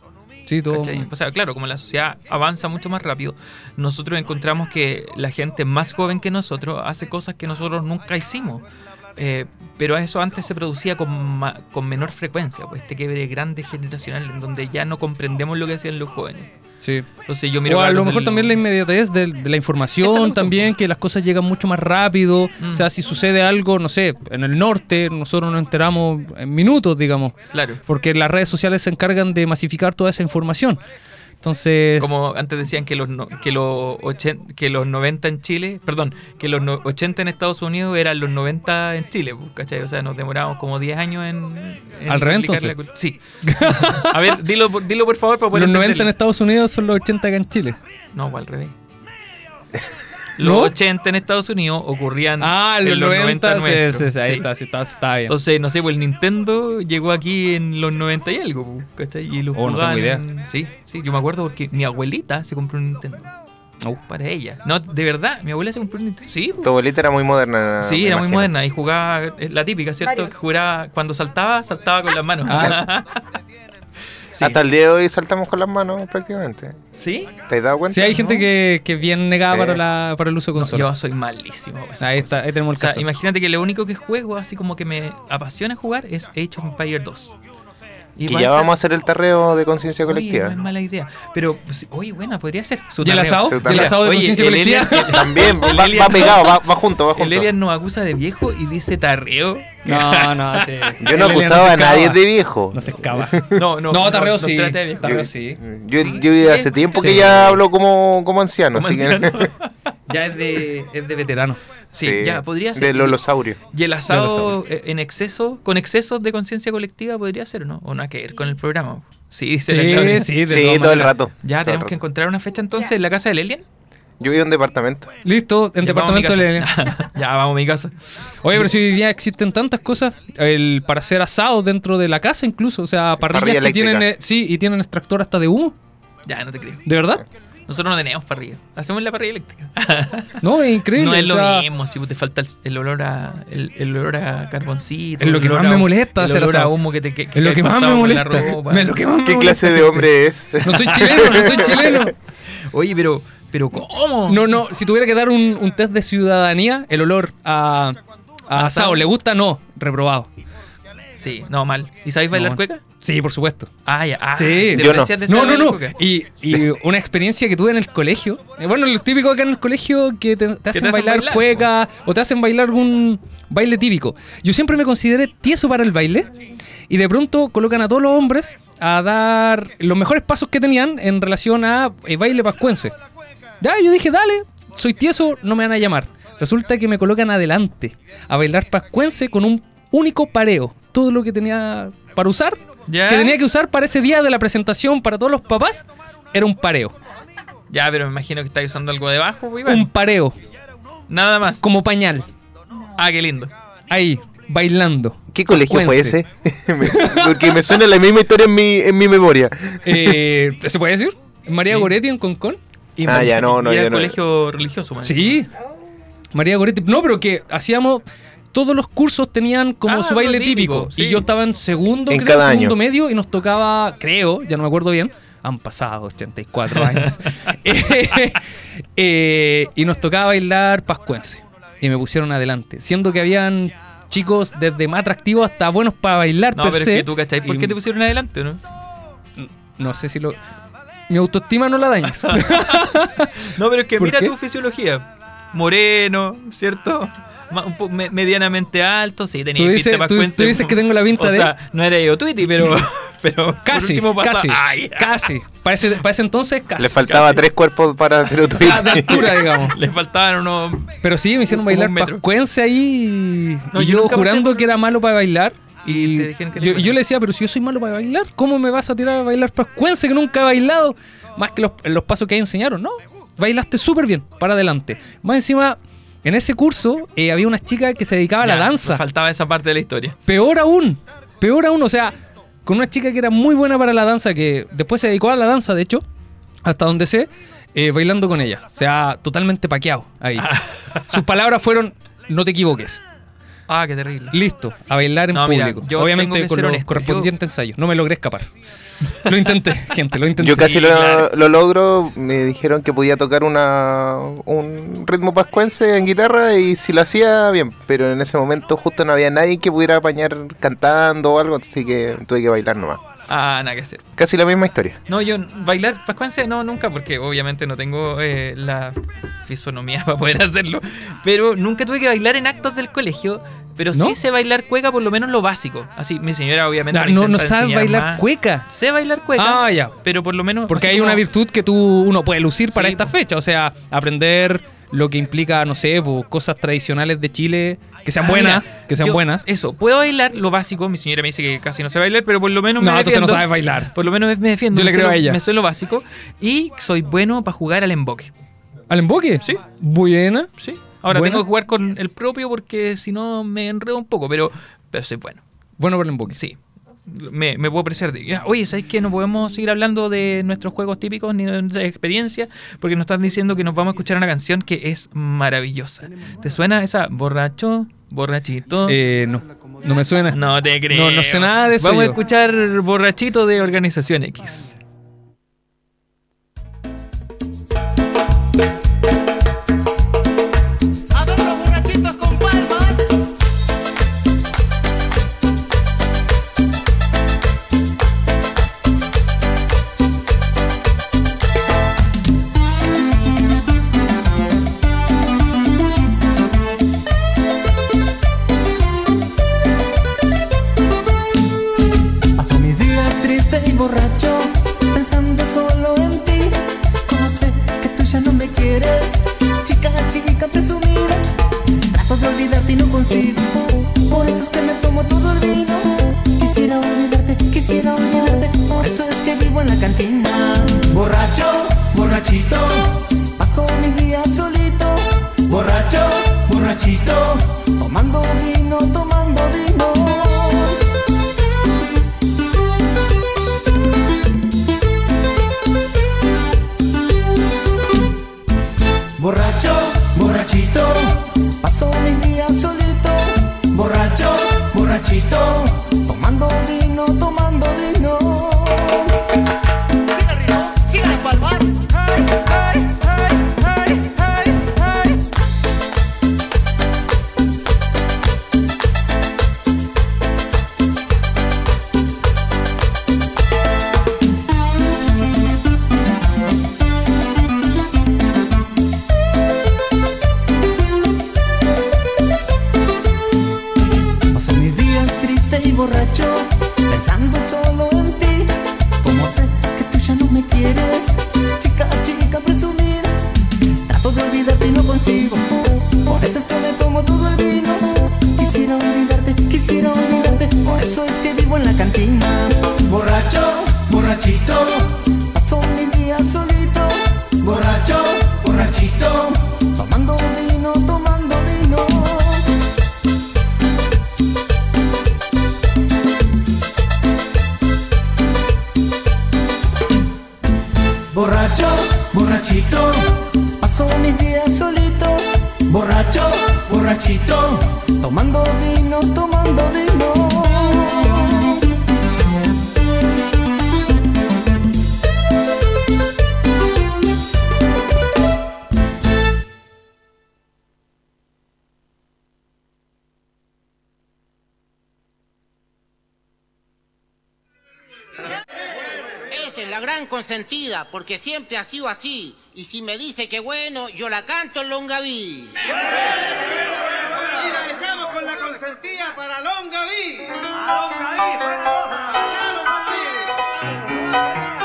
S4: Sí, todo.
S3: ¿Cachai? O sea, claro, como la sociedad avanza mucho más rápido, nosotros encontramos que la gente más joven que nosotros hace cosas que nosotros nunca hicimos. Eh, pero eso antes se producía con, ma- con menor frecuencia, pues este quiebre grande generacional en donde ya no comprendemos lo que hacían los jóvenes.
S4: Sí.
S3: Entonces yo miro
S4: o a
S3: cabros
S4: lo mejor
S3: del-
S4: también la inmediatez de, de la
S3: Esa es la
S4: información,
S3: cuestión,
S4: también que las cosas llegan mucho más rápido.
S3: Mm.
S4: O sea, si sucede algo, no sé, en el norte, nosotros nos enteramos en minutos, digamos,
S3: Claro.
S4: porque las redes sociales se encargan de masificar toda esa información. Entonces,
S3: Como antes decían que los no- que los ochen- que los 90 en Chile, perdón, que los no- 80 en Estados Unidos eran los 90 en Chile, pues, ¿cachai? O sea, nos demorábamos como 10 años en, en
S4: Al revés,
S3: aplicar
S4: entonces.
S3: la cul- Sí. A ver, dilo, por- dilo por favor para poder
S4: los 90 en
S3: entenderlo.
S4: Estados Unidos son los 80 acá en Chile.
S3: No, pues, al
S4: [laughs]
S3: revés. Los
S4: ¿No?
S3: 80 en Estados Unidos ocurrían
S4: Ah,
S3: en
S4: los 90, sí,
S3: nuestros.
S4: sí, sí, ahí
S3: Sí.
S4: está, sí, está, está bien.
S3: Entonces, no sé, pues el Nintendo llegó aquí en los 90 y algo, pues, ¿cachai? Y los
S4: Oh, no tengo
S3: jugaban
S4: idea.
S3: en- Sí, sí, yo me acuerdo porque mi abuelita se compró un Nintendo.
S4: Oh.
S3: Para ella. No, de verdad, mi abuela se compró un Nintendo. Sí, pues.
S5: Tu abuelita era muy moderna.
S3: Sí,
S5: me
S3: era muy
S5: imagino.
S3: moderna y jugaba, es la típica, ¿cierto?
S6: Mario.
S3: Que jugaba, cuando saltaba, saltaba con las manos.
S4: Ah.
S3: sí.
S5: Hasta el día de hoy saltamos con las manos prácticamente.
S3: [laughs] ¿Sí?
S5: ¿Te has dado cuenta?
S4: Sí, hay gente
S3: ¿no?
S4: que, que es bien negada
S5: Sí.
S4: para, la, para el uso de
S3: No,
S4: consola.
S3: yo soy malísimo. para esas
S4: ahí
S3: cosas.
S4: está, ahí tenemos
S3: O
S4: el
S3: sea,
S4: caso.
S3: imagínate que lo único que juego, así como que me apasiona jugar, es Age of Empires 2.
S5: Y
S3: va
S5: ya
S3: a estar-
S5: vamos a hacer el tarreo de conciencia
S3: Oye,
S5: colectiva.
S3: no es mala idea. Pero, pues, oye, buena, podría ser. Su
S4: ¿Y el
S3: tarea.
S4: asado?
S5: su
S4: ¿Y el
S5: tarea.
S4: asado de
S3: Oye,
S4: conciencia
S3: el
S4: colectiva?
S3: [laughs] Elian-
S5: También, va, va
S3: Elian-
S5: pegado, va, va junto, va
S3: El [laughs]
S5: junto.
S3: Elian nos acusa de viejo y dice tarreo.
S4: No, no,
S3: [laughs]
S4: sí.
S5: Yo no acusaba a nadie de viejo.
S4: No se escapa.
S5: [laughs]
S3: No, no.
S4: No, tarreo
S3: nos
S4: sí.
S3: trata de viejo.
S4: Tarreo sí.
S5: Mm, Yo,
S3: Sí,
S5: yo
S3: sí,
S5: hace tiempo que
S4: sí.
S5: ya hablo como, como anciano,
S3: Como
S5: así que- [laughs]
S3: anciano. [laughs]
S4: Ya es de, es de veterano.
S3: Sí,
S5: Sí,
S3: ya, podría ser.
S5: De Lolosaurio.
S3: Y el
S4: Yo
S3: asado eh, en exceso, con excesos de conciencia colectiva podría ser, ¿no? O no hay que ver con el programa. Sí, dice la Claudia.
S5: Sí,
S4: de todas
S5: todo el
S4: maneras.
S5: rato.
S3: Ya
S5: todo
S3: tenemos
S5: el
S3: que
S5: rato.
S3: encontrar una fecha entonces en la casa del Elian.
S5: Yo vivo en
S3: [laughs]
S5: un departamento.
S4: Listo, en
S3: Ya,
S4: departamento
S3: vamos a mi
S4: de [laughs]
S3: casa. [laughs] ya vamos a mi casa.
S4: Oye, pero si hoy día existen tantas cosas el, para hacer asados dentro de la casa incluso. O sea, parrillas
S5: parrilla
S4: que
S5: eléctrica.
S4: tienen... eh, sí, y tienen extractor hasta de humo.
S3: Ya, no te creo.
S4: ¿De verdad?
S3: Nosotros no tenemos parrilla. Hacemos la parrilla eléctrica.
S4: No, es increíble.
S3: No es
S4: o sea,
S3: lo mismo, si te falta el, el olor a el, el olor a carboncito.
S4: Es lo
S3: el
S4: que
S3: olor
S4: más
S3: a-
S4: me molesta
S3: el
S4: hacer
S3: olor a
S4: asado.
S3: humo que te que, que
S4: Es lo
S3: te
S4: que
S3: has
S4: más me
S3: pasado por la
S4: molesta.
S3: ropa.
S4: Es lo que más [laughs] me
S5: ¿Qué
S4: molesta.
S5: clase de hombre es?
S4: No soy chileno,
S3: [laughs]
S4: no soy chileno.
S3: Oye, pero pero cómo?
S4: No, no, si tuviera que dar un, un test de ciudadanía, el olor a, a asado, ¿le gusta? No, reprobado.
S3: Sí, no mal. ¿Y sabéis bailar
S4: No.
S3: cueca?
S4: Sí, por supuesto.
S3: Ah, ya. Ah,
S4: Sí.
S3: ¿te
S5: Yo no.
S3: parecías de
S4: No,
S3: saber
S4: no,
S3: bailar
S4: no.
S3: cueca?
S4: Y, y una experiencia que tuve en el colegio. Eh, Bueno, lo típico acá en el colegio que te, te hacen
S3: hacen
S4: bailar,
S3: bailar,
S4: cueca o te hacen bailar algún baile típico. Yo siempre me consideré tieso para el baile y de pronto colocan a todos los hombres a dar los mejores pasos que tenían en relación a eh, baile pascuense. Ya, yo dije, dale, soy tieso, no me van a llamar. Resulta que me colocan adelante a bailar pascuense con un único pareo. Todo lo que tenía para usar
S3: ¿Ya?
S4: que tenía que usar para ese día de la presentación para todos los papás era un pareo.
S3: Ya, pero me imagino que estáis usando algo debajo, pues, Iván.
S4: Un pareo,
S3: Nada más.
S4: como pañal.
S3: Ah, qué lindo.
S4: Ahí, bailando.
S5: [laughs] ¿Qué colegio fue
S4: Cuense.
S5: ese? [laughs] Me- Porque me suena la misma historia en mi, en mi memoria.
S4: Eh, ¿Se puede decir? María
S3: Sí.
S4: Goretti en Concón.
S3: Y-
S5: Ah, ya, no, no,
S3: y era
S5: ya
S3: el
S5: no.
S3: colegio religioso, man.
S4: Sí. María Goretti. No, pero que hacíamos. Todos los cursos tenían como
S3: Ah,
S4: su baile
S3: lo típico,
S4: típico.
S3: sí.
S4: Y yo estaba en segundo,
S5: En
S4: creo,
S5: cada
S4: segundo
S5: año.
S4: medio, y nos tocaba, creo, ya no me acuerdo bien. Han pasado
S3: [laughs]
S4: 84 años. [laughs] Eh, eh, y nos tocaba bailar pascuense. Y me pusieron adelante. Siendo que habían chicos desde más atractivos hasta buenos para bailar.
S3: No,
S4: per
S3: pero es
S4: se.
S3: que tú, ¿cachai? ¿Por
S4: Y
S3: qué te pusieron adelante, no?
S4: No sé si lo. Mi autoestima no
S3: [laughs]
S4: la dañes.
S3: No, pero es que
S4: ¿Por
S3: mira
S4: qué?
S3: tu fisiología. Moreno, ¿cierto? Ma- un po- me- medianamente alto, sí, tenía
S4: Tú
S3: pinta
S4: dices- tú-
S3: pascuense.
S4: tú dices que tengo la pinta
S3: o
S4: de- Mm.
S3: sea, no era yo Twitty, pero, [laughs] pero por
S4: Casi,
S3: último pasa-
S4: casi,
S3: Ay,
S4: casi. Para ese, para ese entonces, casi.
S5: Le faltaba tres cuerpos para
S3: [laughs]
S5: hacer un
S4: O sea, de
S5: tweet.
S4: altura, digamos.
S3: le faltaban unos...
S4: Pero sí, me hicieron
S3: Como un
S4: bailar
S3: metro.
S4: pascuense ahí. y-
S3: No,
S4: y
S3: yo
S4: yo,
S3: nunca pasé
S4: jurando
S3: por-
S4: que era malo para bailar. Y,
S3: Y te dijeron que no
S4: yo,
S3: ibas.
S4: y yo le decía, pero si yo soy malo para bailar, ¿cómo me vas a tirar a bailar pascuense que nunca he bailado? Más que los, los pasos que ahí enseñaron, ¿no? Bailaste súper bien, para adelante. Más encima, en ese curso eh, había una chica que se dedicaba a
S3: Ya,
S4: la danza.
S3: me Faltaba esa parte de la historia.
S4: Peor aún, peor aún, o sea, con una chica que era muy buena para la danza, que después se dedicó a la danza, de hecho, hasta donde sé, eh, bailando con ella. O sea, totalmente paqueado ahí. [laughs] Sus palabras fueron, no te equivoques.
S3: Ah, qué terrible.
S4: Listo, a bailar en
S3: No, mira,
S4: público.
S3: yo tengo
S4: Obviamente
S3: que
S4: con
S3: ser
S4: los
S3: honesto,
S4: correspondientes ensayos. No me logré escapar. Lo
S3: [laughs]
S4: intenté, gente, lo intenté.
S5: Yo casi lo,
S3: claro.
S5: lo logro, me dijeron que podía tocar una, un ritmo pascuense en guitarra y si lo hacía bien, pero en ese momento justo no había nadie que pudiera apañar cantando o algo, así que tuve que bailar nomás.
S3: Ah, nada que hacer.
S5: Casi la misma historia.
S3: No, yo bailar pascuense no, nunca, porque obviamente no tengo eh, la fisonomía [laughs] para poder hacerlo. Pero nunca tuve que bailar en actos del colegio. Pero sí
S4: ¿No? Ah,
S3: sé bailar cueca, por lo menos lo básico. Así, mi señora obviamente
S4: No,
S3: me
S4: no, no
S3: intenta
S4: sabes
S3: enseñar
S4: bailar
S3: más.
S4: cueca.
S3: Sé bailar cueca.
S4: Ah, ya.
S3: Pero por lo menos...
S4: Porque
S3: así
S4: hay
S3: como-
S4: una virtud que tú uno puede lucir para
S3: Sí,
S4: esta
S3: po.
S4: fecha, o sea, aprender lo que implica, no sé, po, cosas tradicionales de Chile que sean
S3: Ah,
S4: buenas,
S3: mira,
S4: que sean
S3: yo-
S4: buenas.
S3: Eso, puedo bailar lo básico. Mi señora me dice que casi no sé bailar, pero por lo menos
S4: No,
S3: me
S4: entonces no
S3: defiendo.
S4: sabes bailar.
S3: Por lo menos me defiendo.
S4: Yo le
S3: me
S4: creo
S3: sé
S4: a
S3: lo-
S4: ella.
S3: Me sé lo básico. Y soy bueno para jugar al emboque.
S4: ¿Al emboque?
S3: Sí.
S4: Buena.
S3: Sí. Ahora
S4: Bueno.
S3: tengo que jugar con el propio porque si no me enredo un poco, pero, pero soy bueno.
S4: Bueno para el emboque.
S3: Sí. Me, me puedo apreciar de. Ya, Oye, ¿sabes qué? No podemos seguir hablando de nuestros juegos típicos ni de nuestra experiencia porque nos están diciendo que nos vamos a escuchar una canción que es maravillosa. ¿Te suena esa? Borracho, borrachito.
S4: Eh, no, no me suena.
S3: No te creo.
S4: no sé nada de eso
S3: Vamos a
S4: yo.
S3: escuchar Borrachito de Organización X.
S6: A ver los borrachitos con palmas.
S7: Paso mis días triste y borracho, pensando solo en ti. Como sé que tú ya no me quieres, chica, chica presumida. Trato de olvidarte y no consigo, por eso es que me tomo todo el vino. Quisiera olvidarte, quisiera olvidarte, por eso es que vivo en la cantina.
S6: Borracho, borrachito,
S7: Paso mis días solito,
S6: borracho, borrachito.
S7: tomando vino, tomando vino.
S6: Borracho, borrachito,
S7: Paso mis días solito,
S6: borracho, borrachito.
S7: tomando vino, tomando vino.
S6: Sigue el ritmo, sigue la palma.
S7: Ay, ay, ay, ay, ay, ay. Paso mis días triste y borracho, pensando solo en ti. Como sé que tú ya no me quieres, chica, chica presumir. Trato de olvidarte y no consigo, por eso es que me tomo todo el vino. Quisiera olvidarte, quisiera olvidarte, por eso es que vivo en la cantina.
S6: Borracho, borrachito,
S7: Paso mis días solito,
S6: borracho.
S7: borrachito, tomando vino, tomando vino.
S1: Esa es la gran consentida, porque siempre ha sido así. Y si me dice que bueno, yo la canto en Longaví.
S2: Y la echamos con la consentía para Longaví. Longaví, para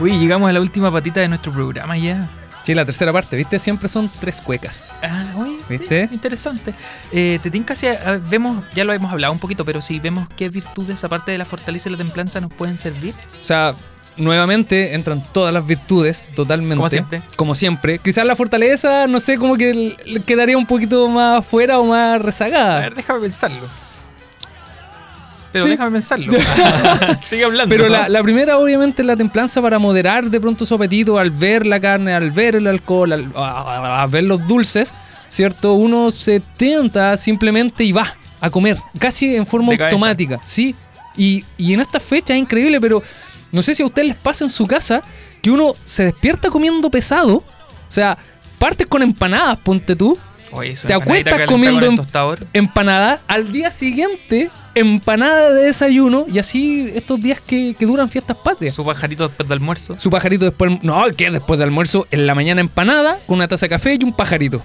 S3: Uy, llegamos a la última patita de nuestro programa ya.
S4: Sí, la tercera parte, ¿viste? Siempre son tres cuecas.
S3: Ah, oye, sí,
S4: ¿Viste?
S3: interesante. Eh, te tinca si ah, vemos, ya lo hemos hablado un poquito, pero si vemos qué virtudes, aparte de la fortaleza y la templanza, nos pueden servir.
S4: O sea, nuevamente entran todas las virtudes, totalmente.
S3: Como siempre.
S4: Como siempre. Quizás la fortaleza, no sé, como que l- le quedaría un poquito más fuera o más
S3: A
S4: rezagada.
S3: ver, déjame pensarlo. Pero
S4: Ah. Sí.
S3: déjame
S4: [laughs]
S3: pensarlo. [laughs] Sigue [laughs] hablando.
S4: Pero la, la primera, obviamente, es la templanza para moderar de pronto su apetito al ver la carne, al ver el alcohol, al, a- a- a ver los dulces, ¿cierto? Uno se tenta simplemente y va a comer, casi en forma
S3: De cabeza.
S4: automática, ¿sí? Y, y en esta fecha es increíble, pero no sé si a ustedes les pasa en su casa que uno se despierta comiendo pesado, o sea, partes con empanadas, ponte tú,
S3: Oye, es una empanadita
S4: te acuestas
S3: calentada
S4: comiendo
S3: con el
S4: em-
S3: tostador.
S4: empanada, al día siguiente empanada de desayuno y así estos días que, que duran fiestas patrias.
S3: Su pajarito después del almuerzo.
S4: Su pajarito después, no, que después de almuerzo, en la mañana empanada, con una taza de café y un pajarito.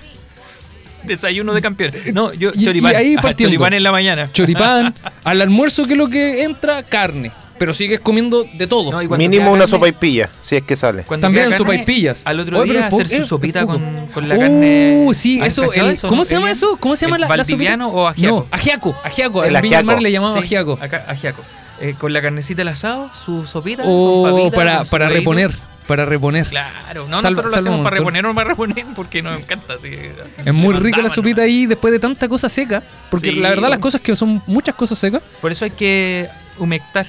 S3: Desayuno de campeón. No, yo,
S4: Y- y
S3: choripán.
S4: ahí
S3: Ajá,
S4: partiendo.
S3: Choripán en la mañana.
S4: Choripán, al almuerzo que es lo que entra, carne. Pero sigues comiendo de todo.
S3: No, y cuando
S5: Mínimo
S3: queda
S5: una
S3: carne-
S5: sopa y pilla, si es que sale.
S3: cuando
S4: También
S3: queda carne,
S4: sopaipillas.
S3: Al otro
S4: Oye, pero
S3: día
S4: es po-
S3: hacer
S4: eh,
S3: su
S4: es
S3: sopita
S4: poco.
S3: con, con la
S4: Uh,
S3: carne.
S4: sí,
S3: ¿Han
S4: eso,
S3: cachado
S4: el-
S3: eso,
S4: ¿Cómo
S3: no?
S4: se llama
S3: El-
S4: eso? ¿Cómo se llama
S3: el
S4: la, la sopita?
S3: valdiviano o ajiaco?
S4: No, ajiaco, ajiaco.
S5: El
S4: en Viña del Mar
S5: ajiaco.
S4: le llamamos
S3: Sí,
S4: ajiaco.
S3: acá- ajiaco. Eh, con la carnecita al asado, su sopita.
S4: O
S3: con papita,
S4: Oh, para,
S3: con su
S4: para
S3: huevito.
S4: reponer, para reponer.
S3: Claro, no,
S4: Salva-
S3: nosotros lo
S4: salva un
S3: hacemos para
S4: montón.
S3: reponer o para reponer porque nos encanta. Así que-
S4: Es muy
S3: le
S4: rica la
S3: mandamos, ¿no?
S4: sopita ahí después de tanta cosa seca. Porque
S3: Sí.
S4: la verdad las cosas que son muchas cosas secas.
S3: Por eso hay que
S4: [laughs]
S3: humectar.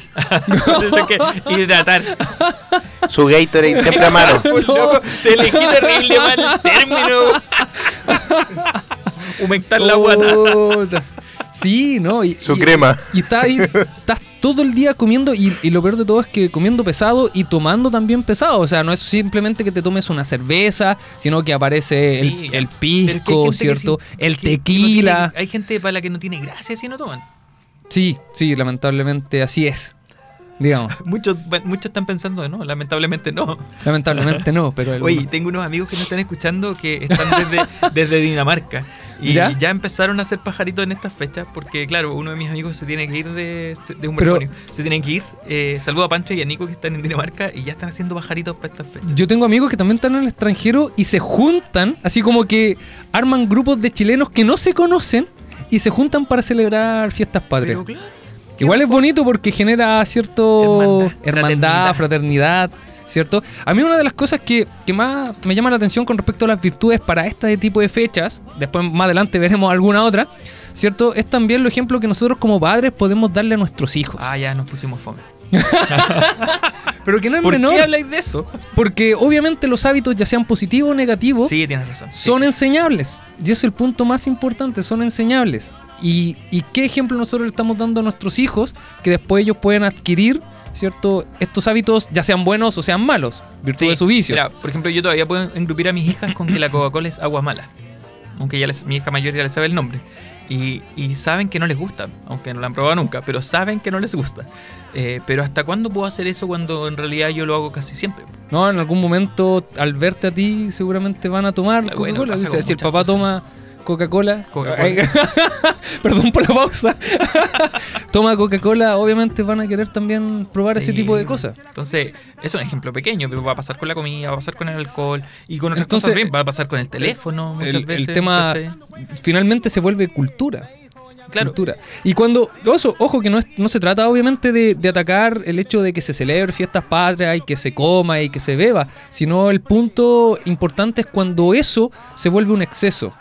S3: Por eso hay que hidratar.
S5: Su Gatorade siempre
S3: [laughs]
S5: a mano. [laughs]
S3: Loco, te elegí terrible mal
S4: [laughs]
S3: el término. humectar la
S4: Oh,
S3: guata.
S4: Puta. Sí, ¿no? Y,
S5: Oh, Su
S4: y-
S5: crema.
S4: Y estás ahí, estás todo el día comiendo y, y lo peor de todo es que comiendo pesado y tomando también pesado. O sea, no es simplemente que te tomes una cerveza, sino que aparece el-
S3: Sí, ya. Pero es
S4: el,
S3: que hay
S4: pisco,
S3: gente que
S4: ¿cierto?
S3: sí-
S4: el
S3: que- que no
S4: tequila.
S3: tiene- hay gente para la que no tiene gracia si no toman.
S4: Sí, sí, lamentablemente así es. Digamos,
S3: [laughs] Muchos, muchos están pensando, no, lamentablemente no.
S4: lamentablemente no, pero... algunos.
S3: Oye, tengo unos amigos que nos están escuchando que están
S4: [laughs]
S3: desde, desde Dinamarca. Y
S4: ¿Ya?
S3: ¿Ya? empezaron a hacer pajaritos en estas fechas porque, claro, uno de mis amigos se tiene que ir de, de un
S4: Pero-
S3: matrimonio. Se tienen que ir. Eh, saludo a Pancho y a Nico que están en Dinamarca y ya están haciendo pajaritos para estas fechas.
S4: Yo tengo amigos que también están en el extranjero y se juntan, así como que arman grupos de chilenos que no se conocen y se juntan para celebrar fiestas patrias.
S3: Pero claro,
S4: Igual es bonito porque genera cierto
S3: Hermandad,
S4: hermandad, fraternidad. ¿cierto? A mí una de las cosas que, que más me llama la atención con respecto a las virtudes para este tipo de fechas, después más adelante [laughs] veremos alguna otra, ¿cierto? Es también lo ejemplo que nosotros como padres podemos darle a nuestros hijos.
S3: ah, ya nos pusimos fome.
S4: Pero que no es
S3: ¿Por
S4: menor,
S3: qué habláis de eso?
S4: porque obviamente los hábitos, ya sean positivos o negativos,
S3: Sí, tienes razón. Sí,
S4: son
S3: sí.
S4: enseñables. Y eso es el punto más importante, son enseñables. Y, y qué ejemplo nosotros le estamos dando a nuestros hijos que después ellos pueden adquirir, ¿cierto? Estos hábitos, ya sean buenos o sean malos, virtud de
S3: Sí.
S4: su vicio.
S3: Mira, por ejemplo, yo todavía puedo engrupir a mis hijas con
S4: [coughs]
S3: que la Coca-Cola es agua mala. Aunque ya les- mi hija mayor ya le sabe el nombre. Y, y saben que no les gusta, aunque no la han probado nunca, pero saben que no les gusta. Eh, pero ¿hasta cuándo puedo hacer eso cuando en realidad yo lo hago casi siempre?
S4: No, en algún momento al verte a ti seguramente van a tomar
S3: Bueno,
S4: Coca-Cola.
S3: pasa
S4: Dice,
S3: con
S4: si el
S3: muchas
S4: papá
S3: cosas.
S4: toma Coca-Cola,
S3: Coca-Cola.
S4: [laughs] perdón por la pausa, [laughs] toma Coca-Cola, obviamente van a querer también probar ese
S3: Sí.
S4: tipo de cosas.
S3: Entonces, es un ejemplo pequeño, pero va a pasar con la comida, va a pasar con el alcohol y con otras
S4: Entonces,
S3: cosas bien, va a pasar con el teléfono muchas
S4: el, el
S3: veces.
S4: tema
S3: ¿cachai?
S4: finalmente se vuelve cultura.
S3: Claro.
S4: cultura. Y cuando, oso, ojo que no, es- no se trata obviamente de, de atacar el hecho de que se celebre fiestas patrias y que se coma y que se beba, sino el punto importante es cuando eso se vuelve un exceso.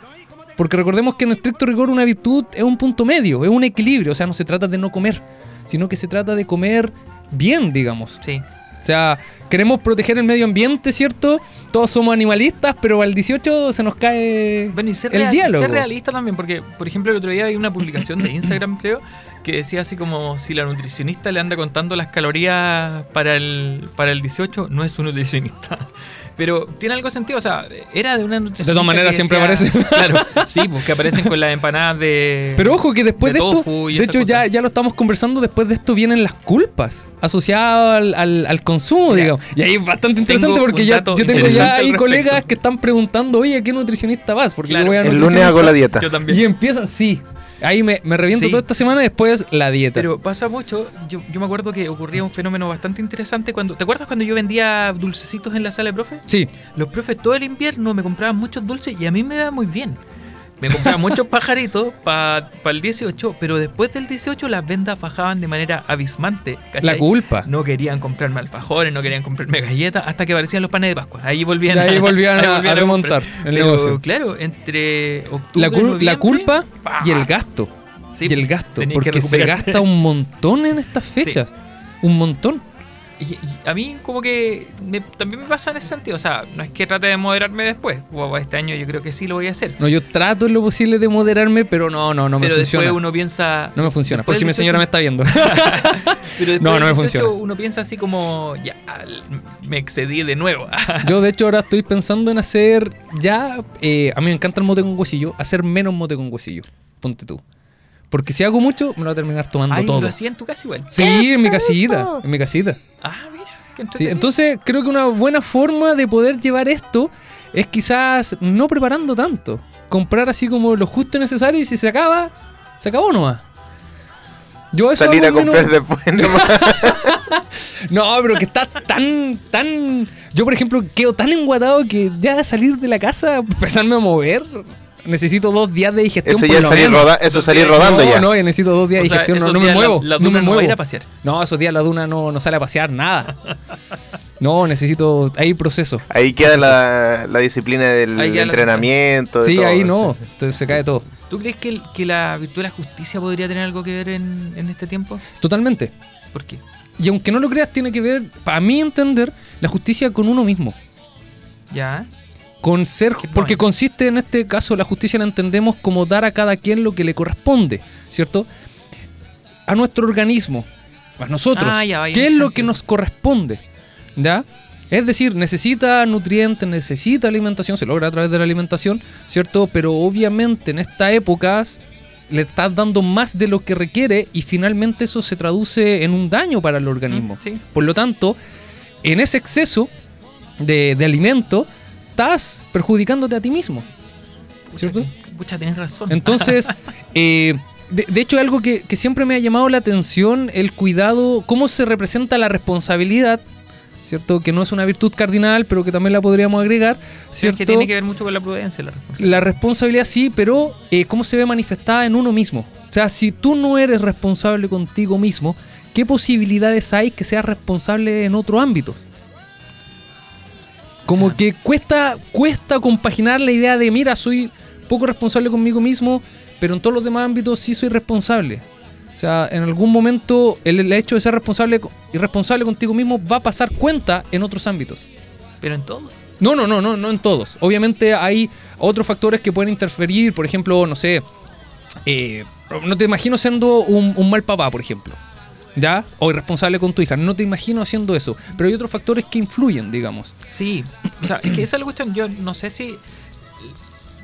S4: Porque recordemos que en estricto rigor una virtud es un punto medio, es un equilibrio, o sea, no se trata de no comer, sino que se trata de comer bien, digamos.
S3: Sí.
S4: O sea, queremos proteger el medio ambiente, ¿cierto? Todos somos animalistas, pero al 18 se nos cae
S3: Bueno, y ser,
S4: el
S3: real-
S4: diálogo.
S3: ser realista también, porque, por ejemplo, el otro día hay una publicación
S4: [coughs]
S3: de Instagram, creo, que decía así como si la nutricionista le anda contando las calorías para el, para el 18, no es un nutricionista. [laughs] Pero tiene algo de sentido, o sea, era de una nutricionista.
S4: De todas maneras,
S3: que
S4: siempre aparece.
S3: [laughs] Claro,
S4: [laughs]
S3: sí, pues que aparecen con las empanadas de.
S4: Pero ojo que después de,
S3: de
S4: esto,
S3: tofu y
S4: de
S3: esas
S4: hecho ya,
S3: cosas.
S4: ya lo estamos conversando, después de esto vienen las culpas asociadas al, al- al consumo,
S3: Mira,
S4: digamos. Y ahí es bastante interesante
S3: tengo
S4: porque
S3: un
S4: ya,
S3: dato
S4: yo tengo
S3: interesante
S4: ya
S3: al
S4: ahí
S3: respecto.
S4: colegas que están preguntando, oye, ¿a qué nutricionista vas? Porque
S3: Claro.
S4: yo voy a
S5: El lunes hago la dieta.
S3: Yo también.
S4: Y empiezan, sí. Ahí me, me reviento
S3: Sí.
S4: toda esta semana y después la dieta.
S3: Pero pasa mucho, yo, yo me acuerdo que ocurría un fenómeno bastante interesante cuando... ¿Te acuerdas cuando yo vendía dulcecitos en la sala de profe?
S4: sí.
S3: Los profes todo el invierno me compraban muchos dulces y a mí me iba muy bien. Me compraban
S4: [laughs]
S3: muchos pajaritos para el 18, pero después del 18 las ventas bajaban de manera abismante. ¿cachai?
S4: La culpa.
S3: No querían comprarme alfajores, no querían comprarme galletas, hasta que aparecían los panes de Pascua. [laughs] Ahí volvían,
S4: Y ahí volvían a- a
S3: comprar.
S4: remontar el
S3: Pero,
S4: negocio.
S3: claro, entre octubre
S4: La, cul-
S3: noviembre,
S4: la culpa
S3: ¡pah!
S4: y el gasto.
S3: Sí,
S4: y el gasto.
S3: tenías que
S4: Porque se
S3: recuperarte.
S4: gasta un montón en estas fechas. Un montón.
S3: Y- y a mí como que me- también me pasa en ese sentido. O sea, no es que trate de moderarme después. Guau, este año yo creo que sí lo voy a hacer.
S4: No, yo trato en lo posible de moderarme, pero no, no, no me
S3: pero después
S4: funciona.
S3: uno piensa...
S4: No me funciona. Por
S3: después
S4: si
S3: del
S4: mi señora me
S3: 18
S4: está
S3: [laughs]
S4: viendo.
S3: Pero después
S4: No, no
S3: del
S4: me
S3: 18
S4: funciona.
S3: Uno piensa así como, ya, al- me excedí de nuevo. [laughs]
S4: Yo, de hecho, ahora estoy pensando en hacer ya. eh, a mí me encanta el mote con huesillo. Hacer menos mote con huesillo. Ponte tú. Porque si hago mucho, me lo voy a terminar tomando
S3: Ahí
S4: todo.
S3: lo hacía en tu casa igual.
S4: Sí, en mi casita. En mi casita.
S3: Ah, mira, qué
S4: Sí,
S3: entretenido.
S4: entonces creo que una buena forma de poder llevar esto es quizás no preparando tanto. Comprar así como lo justo y necesario y si se acaba, se acabó nomás. Yo eso
S5: Salir
S4: hago
S5: a
S4: al menos-
S5: comprar
S3: [laughs]
S5: después nomás.
S4: No, pero que está tan, tan... Yo, por ejemplo, quedo tan enguatado que ya salir de la casa, empezarme a mover, necesito dos días de digestión
S5: Eso
S4: por
S5: ya
S4: lo
S5: salir,
S4: menos.
S5: roda- eso salir rodando
S4: no,
S5: ya.
S4: No, yo necesito dos días
S3: O
S4: de
S3: sea,
S4: digestión, no,
S3: esos
S4: no me
S3: días la-
S4: muevo.
S3: la
S4: no
S3: duna
S4: me
S3: no va a
S4: muevo.
S3: ir a pasear.
S4: No, esos días la duna no, no sale a pasear nada. No, necesito. Hay proceso.
S5: Ahí queda la, la disciplina del
S3: Ahí ya la-
S5: entrenamiento. de
S4: Sí,
S5: todo.
S4: ahí no. Entonces se cae todo.
S3: ¿Tú crees que, el- que la virtud de la justicia podría tener algo que ver en, en este tiempo?
S4: Totalmente.
S3: ¿Por qué?
S4: Y aunque no lo creas, tiene que ver, para mí entender, la justicia con uno mismo.
S3: Ya.
S4: Con ser,
S3: Qué
S4: porque
S3: bueno.
S4: consiste en este caso, la justicia la entendemos como dar a cada quien lo que le corresponde, ¿cierto? A nuestro organismo, a nosotros.
S3: Ah, ya, vaya,
S4: ¿Qué
S3: en
S4: es
S3: ese
S4: lo que
S3: sentido.
S4: nos corresponde? ¿Ya? Es decir, necesita nutrientes, necesita alimentación, se logra a través de la alimentación, ¿cierto? Pero obviamente en esta época le estás dando más de lo que requiere y finalmente eso se traduce en un daño para el organismo.
S3: Mm, sí.
S4: Por lo tanto, en ese exceso de, de alimento, estás perjudicándote a ti mismo.
S3: Pucha,
S4: ¿Cierto?
S3: que- Pucha, tienes razón. [laughs]
S4: Entonces, eh, de, de hecho, algo que, que siempre me ha llamado la atención, el cuidado, cómo se representa la responsabilidad, ¿cierto? Que no es una virtud cardinal, pero que también la podríamos agregar,
S3: Creo
S4: ¿cierto?
S3: que tiene que ver mucho con la prudencia la responsabilidad.
S4: La responsabilidad sí, pero eh, cómo se ve manifestada en uno mismo. O sea, si tú no eres responsable contigo mismo, ¿qué posibilidades hay que seas responsable en otro ámbito? Como
S3: Ya.
S4: que cuesta, cuesta compaginar la idea de, mira, soy poco responsable conmigo mismo, pero en todos los demás ámbitos sí soy responsable. O sea, en algún momento el, el hecho de ser responsable y responsable contigo mismo va a pasar cuenta en otros ámbitos.
S3: Pero en todos.
S4: No, no, no, no, no en todos. Obviamente hay otros factores que pueden interferir, por ejemplo, no sé, eh, no te imagino siendo un, un mal papá, por ejemplo, ¿ya? O irresponsable con tu hija, no te imagino haciendo eso, pero hay otros factores que influyen, digamos.
S3: Sí, o sea, es que esa es la cuestión. Yo no sé si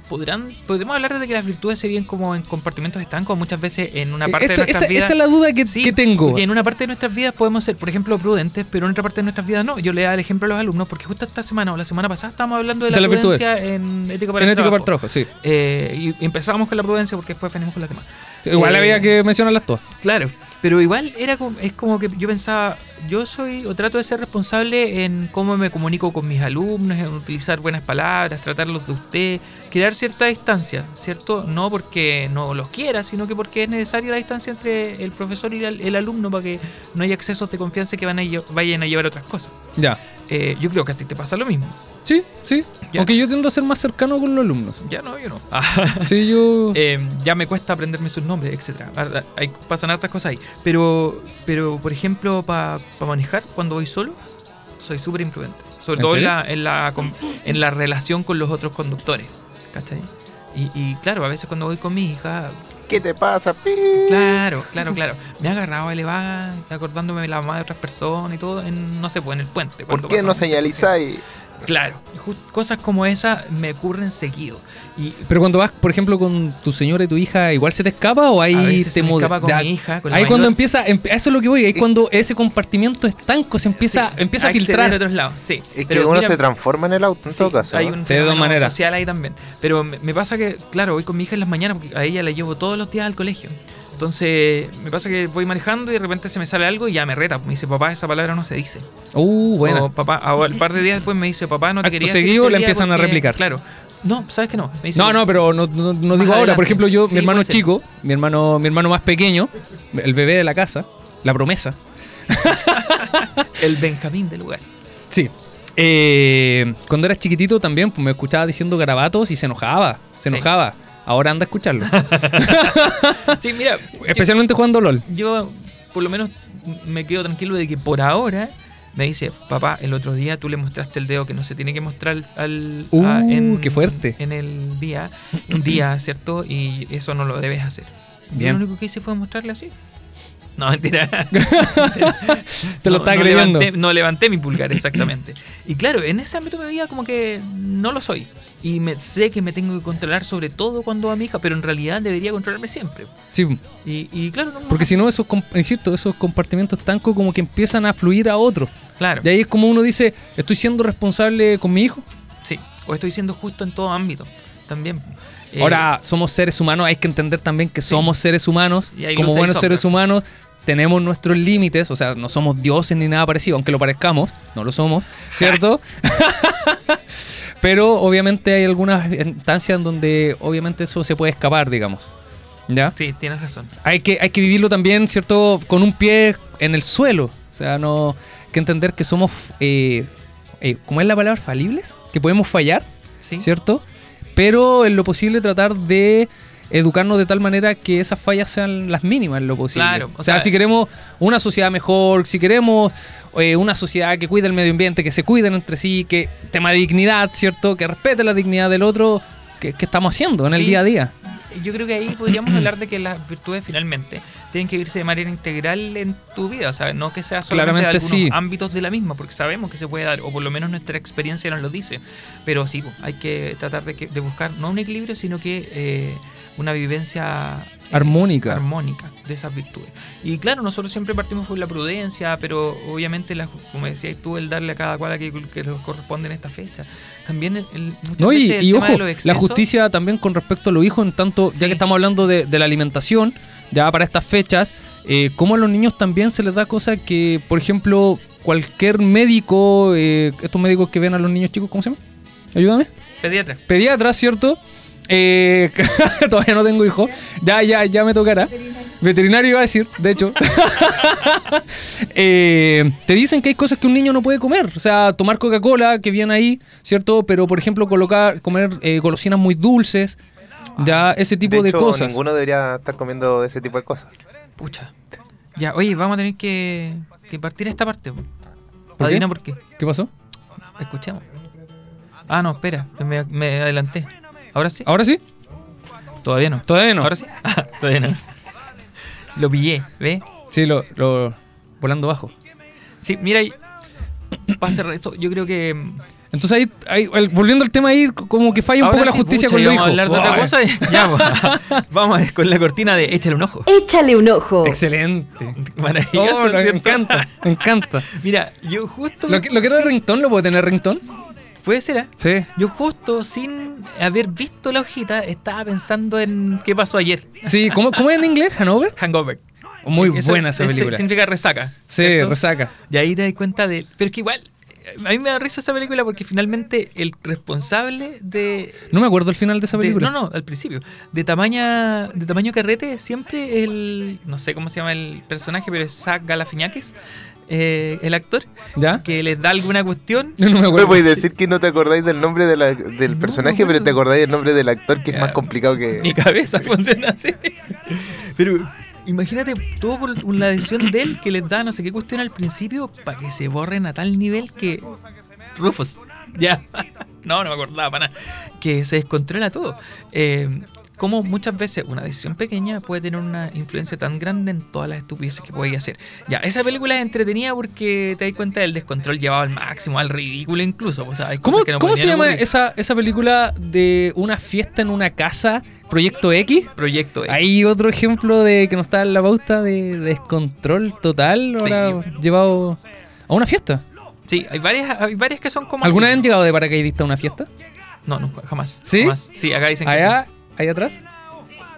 S3: podrán, podremos hablar de que las virtudes se viven como en compartimentos estancos muchas veces en una parte
S4: Esa-
S3: de nuestras
S4: esa,
S3: vidas.
S4: esa es la duda que,
S3: Sí,
S4: que tengo.
S3: porque en una parte de nuestras vidas podemos ser, por ejemplo, prudentes, pero en otra parte de nuestras vidas no. Yo le daba el ejemplo a los alumnos porque justo esta semana o la semana pasada estábamos hablando de la
S4: De las virtudes.
S3: prudencia en ética para
S4: En
S3: el
S4: ética para el
S3: trabajo.
S4: trabajo, sí.
S3: Eh, y empezamos con la prudencia porque después venimos con las demás.
S4: Sí, Igual
S3: Eh,
S4: había que mencionarlas todas.
S3: Claro, pero igual era como, es como que yo pensaba, yo soy o trato de ser responsable en cómo me comunico con mis alumnos, en utilizar buenas palabras, tratarlos de usted, crear cierta distancia, ¿cierto? No porque no los quiera, sino que porque es necesaria la distancia entre el profesor y el, el alumno para que no haya excesos de confianza que van a lle- vayan a llevar a otras cosas.
S4: Ya.
S3: Eh, yo creo que a ti te pasa lo mismo.
S4: Sí, sí.
S3: Ya.
S4: Aunque yo tiendo a ser más cercano con los
S3: [laughs]
S4: alumnos.
S3: Ya no, yo no. Ah.
S4: Sí, yo...
S3: Eh, ya me cuesta aprenderme sus nombres, etcétera. Ar- Hay, pasan hartas cosas ahí. Pero, pero por ejemplo, para manejar, cuando voy solo, soy súper imprudente. Sobre
S4: ¿En
S3: todo en
S4: serio?
S3: la, en, la, con- en la relación con los otros conductores. ¿Cachai? Y, y claro, a veces cuando voy con mi hija,
S5: ¿Qué te pasa? Pi.
S3: Claro, claro, claro. Me ha agarrado elevada, acordándome de la mamá de otras personas y todo, en, no sé, pues en el puente.
S5: ¿Por
S3: cuando
S5: qué
S3: pasan
S5: no
S3: muchas cosas.
S5: señalizáis?
S3: Claro, ju- cosas como esas me ocurren seguido. Y
S4: Pero cuando vas, por ejemplo, con tu señora y tu hija, ¿igual se te escapa o ahí
S3: A veces
S4: te
S3: se me
S4: mod-
S3: escapa con
S4: da-
S3: mi hija, con la
S4: ahí
S3: mayor.
S4: cuando empieza, em- a eso es lo que voy, ahí cuando ese compartimiento estanco se empieza,
S3: sí,
S4: empieza a
S3: acceder
S4: filtrar.
S3: a otros lados, sí.
S5: Es que
S3: Pero
S5: uno
S3: mira,
S5: se transforma en el auto en
S3: sí,
S5: todo caso.
S3: Hay
S5: ¿no?
S3: un
S4: Sí, de dos
S3: fenómeno
S4: maneras.
S3: social ahí también. Pero me, me pasa que, claro, voy con mi hija en las mañanas porque a ella la llevo todos los días al colegio. Entonces, me pasa que voy manejando y de repente se me sale algo y ya me reta. Me dice, papá, esa palabra no se dice.
S4: Uh, buena.
S3: O papá, a- al par de días después me dice, papá, no te
S4: Acto
S3: quería
S4: seguido
S3: ese
S4: la
S3: día
S4: empiezan a
S3: porque-"
S4: replicar.
S3: Claro. No, ¿sabes que no? Me dice,
S4: No, no, pero no, no- no digo ahora. Por
S3: adelante.
S4: ejemplo, yo,
S3: Sí,
S4: mi hermano
S3: puede ser.
S4: chico, mi hermano, mi hermano más pequeño, el bebé de la casa, la promesa.
S3: El Benjamín del
S4: [laughs]
S3: lugar.
S4: Sí. Eh, cuando era chiquitito también pues, me escuchaba diciendo garabatos y se enojaba, se
S3: Sí.
S4: enojaba. Ahora anda
S3: [laughs]
S4: a escucharlo.
S3: Sí, mira.
S4: Especialmente jugando LOL.
S3: Yo, por lo menos, me quedo tranquilo de que por ahora me dice, papá, el otro día tú le mostraste el dedo que no se tiene que mostrar al.
S4: Uh, qué fuerte.
S3: En el día, un día,
S4: [clears throat]
S3: ¿cierto? Y eso no lo debes hacer. Yo
S4: Bien.
S3: Lo único que hice fue mostrarle así. No, mentira.
S4: [laughs]
S3: [laughs]
S4: Te lo está creyendo.
S3: levanté, no levanté mi pulgar, exactamente. y claro, en ese ámbito me veía como que no lo soy. Y me, sé que me tengo que controlar sobre todo cuando va mi hija, pero en realidad debería controlarme siempre.
S4: Sí,
S3: Y, y claro, no,
S4: porque si no, esos, comp- insisto, esos compartimentos tanco como que empiezan a fluir a otros.
S3: Claro,
S4: Y ahí es como uno dice, estoy siendo responsable con mi hijo.
S3: sí. O estoy siendo justo en todo ámbito también. Eh,
S4: Ahora, somos seres humanos, hay que entender también que somos seres humanos.
S3: Y hay
S4: Como
S3: luces y
S4: buenos
S3: sombras.
S4: seres humanos, tenemos nuestros límites, o sea, no somos dioses ni nada parecido, aunque lo parezcamos, no
S3: [laughs]
S4: lo somos, ¿cierto? [laughs] Pero obviamente hay algunas instancias en donde obviamente eso se puede escapar, digamos. ¿Ya?
S3: Eh, Sí, tienes razón.
S4: Hay que, hay que vivirlo también, ¿cierto? Con un pie en el suelo. O sea, no. hay que entender que somos. Eh, eh, ¿Cómo es la palabra? ¿Falibles? Que podemos fallar.
S3: Sí.
S4: ¿cierto? Pero en lo posible tratar de educarnos de tal manera que esas fallas sean las mínimas en lo posible.
S3: Claro,
S4: o,
S3: o
S4: sea,
S3: sea,
S4: si queremos una sociedad mejor, si queremos eh, una sociedad que cuide el medio ambiente, que se cuiden entre sí, que tema de dignidad, ¿cierto? Que respete la dignidad del otro, ¿qué, qué estamos haciendo en el
S3: Sí.
S4: día a día?
S3: Yo creo que ahí
S4: [clears throat]
S3: podríamos hablar de que las virtudes finalmente tienen que irse de manera integral en tu vida, o sea, no que sea solamente de
S4: Claramente
S3: algunos
S4: sí.
S3: ámbitos de la misma, porque sabemos que se puede dar, o por lo menos nuestra experiencia nos lo dice. Pero sí, pues, hay que tratar de, que- de buscar no un equilibrio, sino que eh, una vivencia eh,
S4: Armónica.
S3: armónica de esas virtudes. Y claro, nosotros siempre partimos por la prudencia, pero obviamente, la, ju- como decías tú, el darle a cada cual que, que nos corresponde en esta fecha. También el, el- muchas
S4: No, y,
S3: veces el
S4: y
S3: tema de
S4: ojo,
S3: los
S4: la
S3: excesos-
S4: justicia también con respecto a los hijos, en tanto, ya que
S3: Sí.
S4: estamos hablando de, de la alimentación, ya para estas fechas, eh, cómo a los niños también se les da cosa que, por ejemplo, cualquier médico, eh, estos médicos que ven a los niños chicos, ¿cómo se llama? Ayúdame.
S3: Pediatra.
S4: Pediatra, ¿cierto? Eh, [laughs] todavía no tengo hijo. Ya, ya, ya me tocará. Veterinario iba a decir, de hecho. [laughs] Eh, te dicen que hay cosas que un niño no puede comer. O sea, tomar Coca-Cola, que viene ahí, ¿cierto? Pero, por ejemplo, colocar, comer eh, golosinas muy dulces. Ya, ese tipo de,
S5: de hecho,
S4: cosas.
S5: ninguno debería estar comiendo de ese tipo de cosas.
S3: Pucha. Ya, oye, vamos a tener que, que partir esta parte. po.
S4: qué?
S3: Adivina por qué.
S4: ¿Qué pasó?
S3: Escuchemos. Ah, no, espera. Me, me adelanté. ¿Ahora sí?
S4: ¿Ahora sí?
S3: Todavía no.
S4: Todavía no.
S3: ¿Ahora sí? [laughs] Ah, todavía no. Lo pillé, ¿ves?
S4: Sí, lo, lo- volando bajo.
S3: Sí, mira. y- Para cerrar esto, yo creo que...
S4: Entonces ahí, ahí- el- volviendo al tema ahí, c- como que falla un
S3: ahora
S4: poco la
S3: sí,
S4: justicia
S3: pucha,
S4: con
S3: y
S4: los
S3: vamos a hablar
S4: hijos.
S3: de otra
S4: Ay,
S3: cosa. y- Ya, po. [laughs] vamos a- con la cortina de échale un ojo.
S8: Échale un ojo.
S4: Excelente.
S3: Maravilloso,
S4: Oh, lo- me
S3: ¿cierto?
S4: encanta, me encanta.
S3: [laughs] Mira, yo justo...
S4: ¿Lo, que- lo quiero de ringtone? ¿Lo puedo tener ringtone?
S3: Puede ser, ¿ah?
S4: Sí.
S3: Yo justo, sin haber visto la hojita, estaba pensando en qué pasó ayer.
S4: Sí, ¿cómo, cómo es en inglés? ¿Hanover?
S3: Hangover.
S4: [laughs] Muy
S3: Eso-
S4: buena esa
S3: este
S4: película.
S3: Significa resaca.
S4: Sí,
S3: ¿cierto?
S4: resaca.
S3: Y ahí te das cuenta de... Pero es que igual, eh, a mí me da risa esa película porque finalmente el responsable de...
S4: No me acuerdo el final de esa
S3: de-
S4: película.
S3: no, no, al principio. De tamaña, de tamaño carrete, siempre el... No sé cómo se llama el personaje, pero es Zach Galafiñakis, eh, el actor,
S4: ¿Ya?
S3: que les da alguna cuestión
S4: [laughs] No, no me
S5: No
S4: acuerdo.
S5: voy a decir que no te acordáis del nombre de la- del personaje, pero te acordáis del nombre del actor, que es
S3: Ya.
S5: más complicado que...
S3: Mi cabeza funciona así. Pero. Imagínate todo por la decisión de él que les da no sé qué cuestión al principio para que se borren a tal nivel que. Rufus, ya. No, no me acordaba para nada. Que se descontrola todo. Eh, como muchas veces una decisión pequeña puede tener una influencia tan grande en todas las estupideces que podéis hacer. Ya, esa película es entretenida porque te das cuenta del descontrol llevado al máximo, al ridículo incluso. O sea, hay
S4: ¿Cómo,
S3: cosas que no
S4: cómo se
S3: podrían
S4: llama
S3: ocurrir.
S4: esa, esa película de una fiesta en una casa, Proyecto X?
S3: Proyecto X.
S4: Hay otro ejemplo de que no está en la pauta de descontrol total, ahora llevado a una fiesta.
S3: Sí, hay varias, hay varias que son como.
S4: ¿Alguna vez
S3: así.
S4: han llegado de paracaidista a una fiesta?
S3: No, nunca, jamás.
S4: ¿Sí?
S3: jamás. Sí, acá dicen que
S4: ¿Allá? ¿Allá atrás?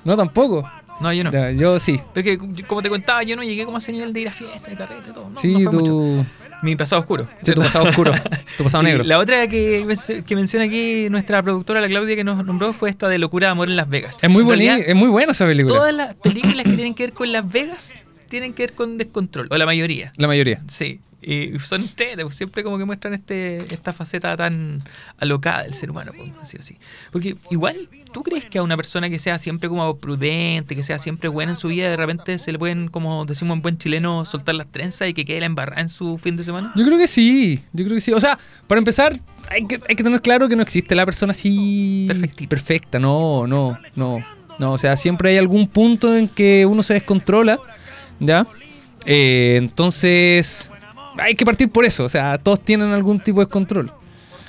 S4: No, tampoco.
S3: sí. No, yo no.
S4: Ya, yo sí.
S3: Porque, yo- como te contaba, yo no llegué como a ese nivel de ir a fiestas, de carrete y todo. No,
S4: Sí,
S3: no fue mucho.
S4: tu,
S3: Mi pasado oscuro.
S4: sí, tu pasado oscuro,
S3: [laughs]
S4: tu pasado
S3: Y
S4: negro.
S3: La otra que, men- que menciona aquí nuestra productora, la Claudia, que nos nombró, fue esta de Locura de Amor en Las Vegas.
S4: Es muy,
S3: En
S4: buena,
S3: realidad,
S4: es muy buena esa película.
S3: Todas las películas que tienen que ver con Las Vegas tienen que ver con descontrol, o la mayoría.
S4: La mayoría.
S3: Sí. Y son ustedes, siempre como que muestran este, esta faceta tan alocada del ser humano, podemos decir así. Porque igual, ¿tú crees que a una persona que sea siempre como prudente, que sea siempre buena en su vida, de repente se le pueden, como decimos en buen chileno, soltar las trenzas y que quede la embarrada en su fin de semana?
S4: Yo creo que sí, yo creo que sí. O sea, para empezar, hay que, hay que tener claro que no existe la persona así
S3: Perfectita.
S4: perfecta. No, no, no, no. O sea, siempre hay algún punto en que uno se descontrola, ¿ya? Eh, entonces, hay que partir por eso. O sea, todos tienen algún tipo de descontrol.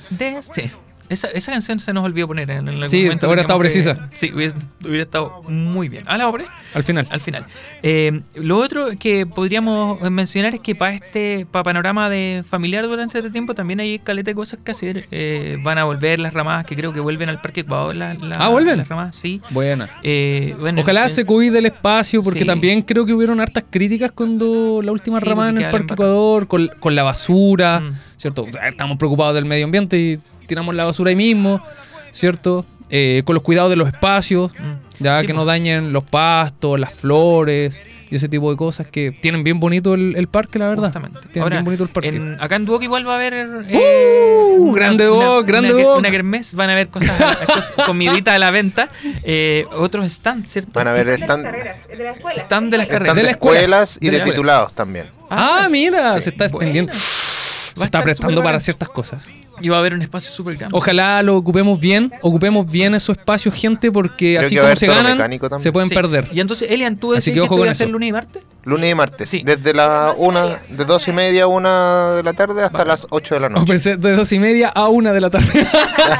S3: De sí. Esa, esa canción se nos olvidó poner en, en algún
S4: Sí,
S3: momento.
S4: hubiera estado
S3: teníamos que-
S4: precisa.
S3: Sí, hubiera, hubiera estado muy bien. Ah, la voy a poner.
S4: Al final.
S3: al final. Eh, lo otro que podríamos mencionar es que para este pa panorama de familiar durante este tiempo también hay caleta de cosas que hacer. Eh, van a volver las ramadas, que creo que vuelven al Parque Ecuador. Las, las-
S4: Ah, ¿vuelven?
S3: Las ramadas, sí.
S4: Buena.
S3: Eh, bueno,
S4: Ojalá
S3: eh,
S4: se cuide el espacio, porque
S3: Sí.
S4: también creo que hubieron hartas críticas cuando la última
S3: Sí,
S4: ramada en
S3: porque
S4: el
S3: quedaron
S4: Parque Ecuador, con, con la basura,
S3: Mm.
S4: ¿cierto? Estamos preocupados del medio ambiente y tiramos la basura ahí mismo, ¿cierto? Eh, con los cuidados de los espacios,
S3: Mm.
S4: ya
S3: Sí,
S4: que
S3: po.
S4: no dañen los pastos, las flores y ese tipo de cosas que tienen bien bonito el, el parque, la verdad.
S3: Justamente.
S4: Tienen bien bonito el parque.
S3: en- acá en Duoc igual va a haber. eh,
S4: ¡Uh! Grande Duoc, grande
S3: una,
S4: Duoc.
S3: Una kermés, van a haber cosas, [laughs] cosas- comidita a la venta. Eh, otros stands, ¿cierto?
S5: Van a ver, están,
S8: carreras, de la escuela.
S3: Stand de las
S5: están
S3: carreras.
S5: de
S4: De la escuela.
S5: escuelas y
S4: De la
S5: de
S4: escuela.
S5: titulados también.
S4: Ah, mira, se está
S3: buena.
S4: extendiendo.
S3: Va a
S4: Se
S3: estar
S4: está prestando
S3: súper
S4: para
S3: bacán.
S4: ciertas cosas.
S3: Y va a haber un espacio súper grande.
S4: Ojalá lo ocupemos bien, ocupemos bien esos espacios, gente, porque
S5: Creo
S4: así
S5: que va a
S4: como
S5: haber
S4: se
S5: todo
S4: ganan,
S5: mecánico también.
S4: se pueden
S3: Sí.
S4: perder.
S3: Y entonces, Elian, tú decís
S4: Así que
S3: que,
S4: ojo
S3: esto
S4: con
S3: iba a ser
S4: eso.
S3: lunes y martes.
S5: Lunes y martes,
S3: Sí.
S5: desde la una, de dos y media a una de la tarde hasta las 8 de la
S4: O
S5: noche.
S4: pensé de dos y media a una de la
S3: [laughs]
S4: tarde. [laughs]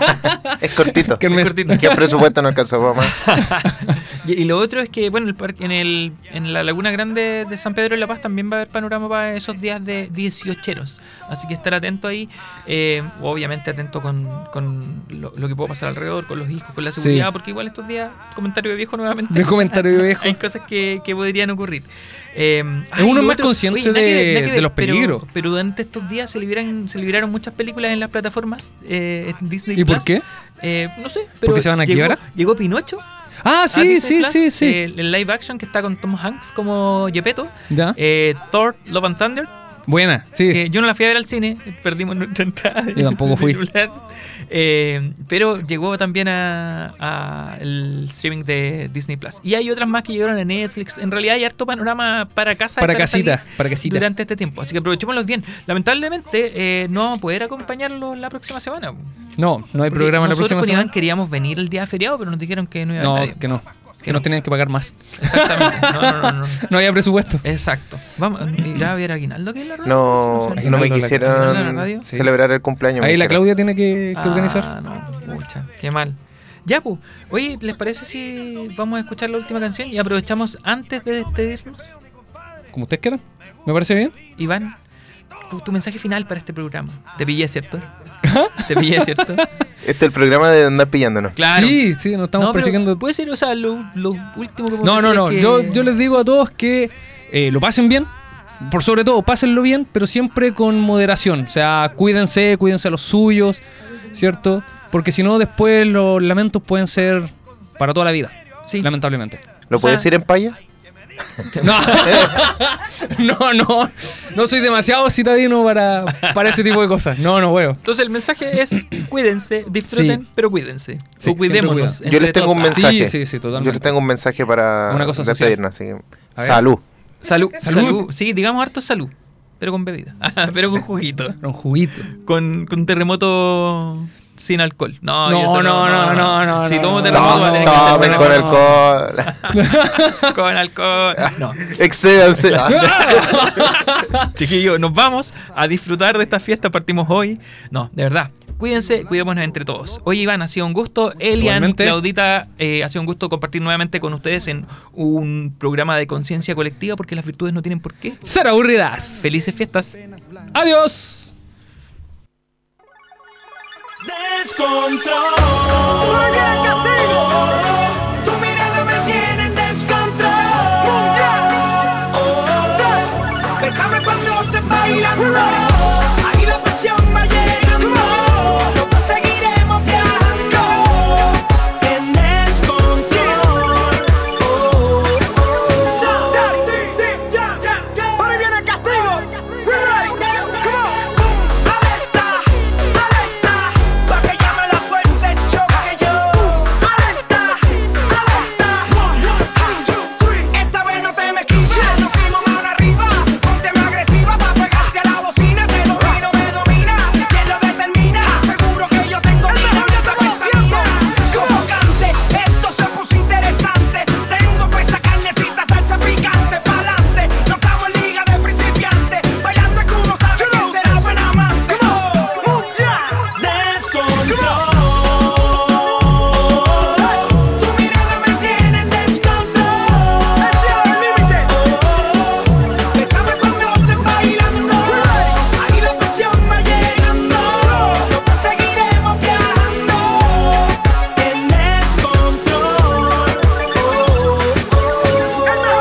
S5: Es cortito.
S4: Que
S5: ¿Qué
S4: me-
S3: cortito.
S5: presupuesto no alcanzó para más?
S3: y, y lo otro es que, bueno, el parque, en, el, en la Laguna Grande de San Pedro de la Paz también va a haber panorama para esos días de 18 Así que estar atento ahí. eh, obviamente atento con, con lo, lo que pueda pasar alrededor, con los hijos, con la seguridad, porque igual estos días, comentario de viejo nuevamente.
S4: De comentario de viejo.
S3: Hay cosas que, que podrían ocurrir. Eh,
S4: uno
S3: lo
S4: es más consciente
S3: nada que ver,
S4: de-
S3: nada que ver,
S4: de los
S3: pero-
S4: peligros.
S3: Pero, durante estos días se liberaron, se liberaron muchas películas en las plataformas eh, en Disney
S4: ¿Y
S3: Plus.
S4: por qué?
S3: Eh, no sé, pero.
S4: se van a
S3: llegó-
S4: quiebrar?
S3: Llegó Pinocho.
S4: Ah,
S3: a
S4: sí,
S3: Disney
S4: sí,
S3: Plus,
S4: sí, sí.
S3: eh, el live action que está con Tom Hanks como Gepetto.
S4: Ya.
S3: Eh, Thor, Love and Thunder.
S4: Buena, sí.
S3: que yo no la fui a ver al cine, perdimos nuestra entrada.
S4: Yo tampoco fui.
S3: Celular. Eh, pero llegó también a, a el streaming de Disney Plus. Y hay otras más que llegaron a Netflix. En realidad hay harto panorama para casa. y
S4: Para casita,
S3: salir
S4: para casita.
S3: Durante este tiempo. Así que aprovechémoslos bien. Lamentablemente eh, no vamos a poder acompañarlos la próxima semana.
S4: No, no
S3: Porque
S4: hay programa la
S3: nosotros
S4: próxima
S3: con Iván
S4: semana.
S3: queríamos venir el día feriado, pero nos dijeron que no iba a
S4: No,
S3: haber nadie.
S4: que no. Que nos tenían que pagar más.
S3: Exactamente. No, no, no, no.
S4: No había presupuesto.
S3: Exacto. Vamos, ¿irá a haber aguinaldo aquí en la radio?
S5: No,
S3: sé.
S5: no me
S4: Aguinaldo,
S3: aguinaldo en la radio,
S5: quisieron
S4: sí.
S5: celebrar el cumpleaños.
S4: Ahí
S5: me
S4: la
S5: dijeron.
S4: Claudia tiene que, que organizar.
S3: Ah, no, pucha, qué mal. Ya, pues. Oye, ¿les parece si vamos a escuchar la última canción y aprovechamos antes de despedirnos?
S4: Como ustedes quieran. ¿Me parece bien?
S3: Iván, tu, tu mensaje final para este programa. Te pillé, ¿cierto?
S4: ¿Ah?
S3: Te pillé,
S4: [laughs]
S3: ¿cierto?
S5: Este es el programa de andar pillándonos.
S3: Claro.
S4: Sí, sí, nos estamos
S3: No, pero
S4: persiguiendo
S3: Puede ser, o sea, lo, lo último que
S4: No,
S3: podemos
S4: no,
S3: decir
S4: no.
S3: es que-
S4: Yo, yo les digo a todos que eh, lo pasen bien. Por sobre todo, pásenlo bien, pero siempre con moderación. O sea, cuídense, cuídense a los suyos, ¿cierto? Porque si no, después los lamentos pueden ser para toda la vida.
S3: Sí.
S4: Lamentablemente.
S5: ¿Lo
S3: O
S5: puedes
S3: sea-
S5: decir en paya?
S4: [laughs] No, no, no. No soy demasiado citadino para, para ese tipo de cosas. No, no huevo.
S3: Entonces el mensaje
S4: [coughs]
S3: es cuídense, disfruten,
S4: Sí.
S3: pero cuídense.
S4: Sí,
S3: o cuidémonos.
S4: siempre
S5: Yo les
S3: entre
S5: tengo un
S3: todos.
S5: mensaje.
S4: Sí, sí, sí, totalmente.
S5: Yo les tengo un mensaje para
S4: Una cosa social.
S5: despedirnos, así que-
S4: A ver.
S5: Salud.
S3: Ah, salud,
S4: Salud.
S3: salud. Sí, digamos harto salud. Pero con bebida. [laughs] pero con juguito.
S4: Era un juguito.
S3: Con, con terremoto sin alcohol. No,
S4: No,
S3: yo eso
S4: no, no, no, no,
S3: Si
S4: no,
S3: tomo
S4: no.
S3: terremoto, va a
S5: Tomen
S3: tener
S4: no,
S5: tomen
S3: que
S5: con
S3: ser
S4: no.
S5: alcohol.
S3: [laughs] con alcohol.
S4: Ah,
S3: [laughs] No.
S5: [laughs]
S4: [laughs]
S5: Excédanse.
S3: Chiquillos, nos vamos a disfrutar de esta fiesta. Partimos hoy. No, de verdad. Cuídense, cuidémonos entre todos. Oye, Iván, ha sido un gusto. Elian,
S4: Igualmente.
S3: Claudita, eh, ha sido un gusto compartir nuevamente con ustedes en un programa de conciencia colectiva porque las virtudes no tienen por qué.
S4: Ser aburridas.
S3: Felices fiestas.
S4: Adiós.
S7: Tu mirada me tiene en descontrol. Bésame cuando te bailando. Ahí la pasión va llegando. Los seguiremos viajando. En descontrol. Ahora viene el castigo. Alerta, alerta. Pa' que llame la fuerza y choque yo. Alerta, alerta. Esta vez no te me escuches. Nos fuimos mano arriba. Ponte más agresiva pa' pegarte a la bocina. Te domino, me domina. ¿Quién lo determina? Seguro que yo tengo mina. Yo te pesadilla. Sofocante, esto se puso interesante. Tengo pues esa carnecita, salsa picante. Pa'lante, no estamos en liga de principiante. Bailando es que uno sabe que será buen amante. Descontrol. Tu mirada me tiene en descontrol. Encima del límite. Bésame cuando estén bailando. Ahí la presión va llegando. Nos seguiremos viajando. En descontrol. Es mejor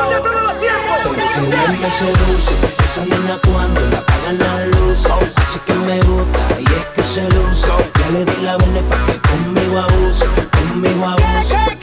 S7: de todos los tiempos.
S8: Ella me seduce, esa mina cuando la apagan las luces Así que me gusta y es que se luce Ya le di la verde pa' que conmigo abuse, conmigo abuse
S7: Yeah, yeah, [laughs]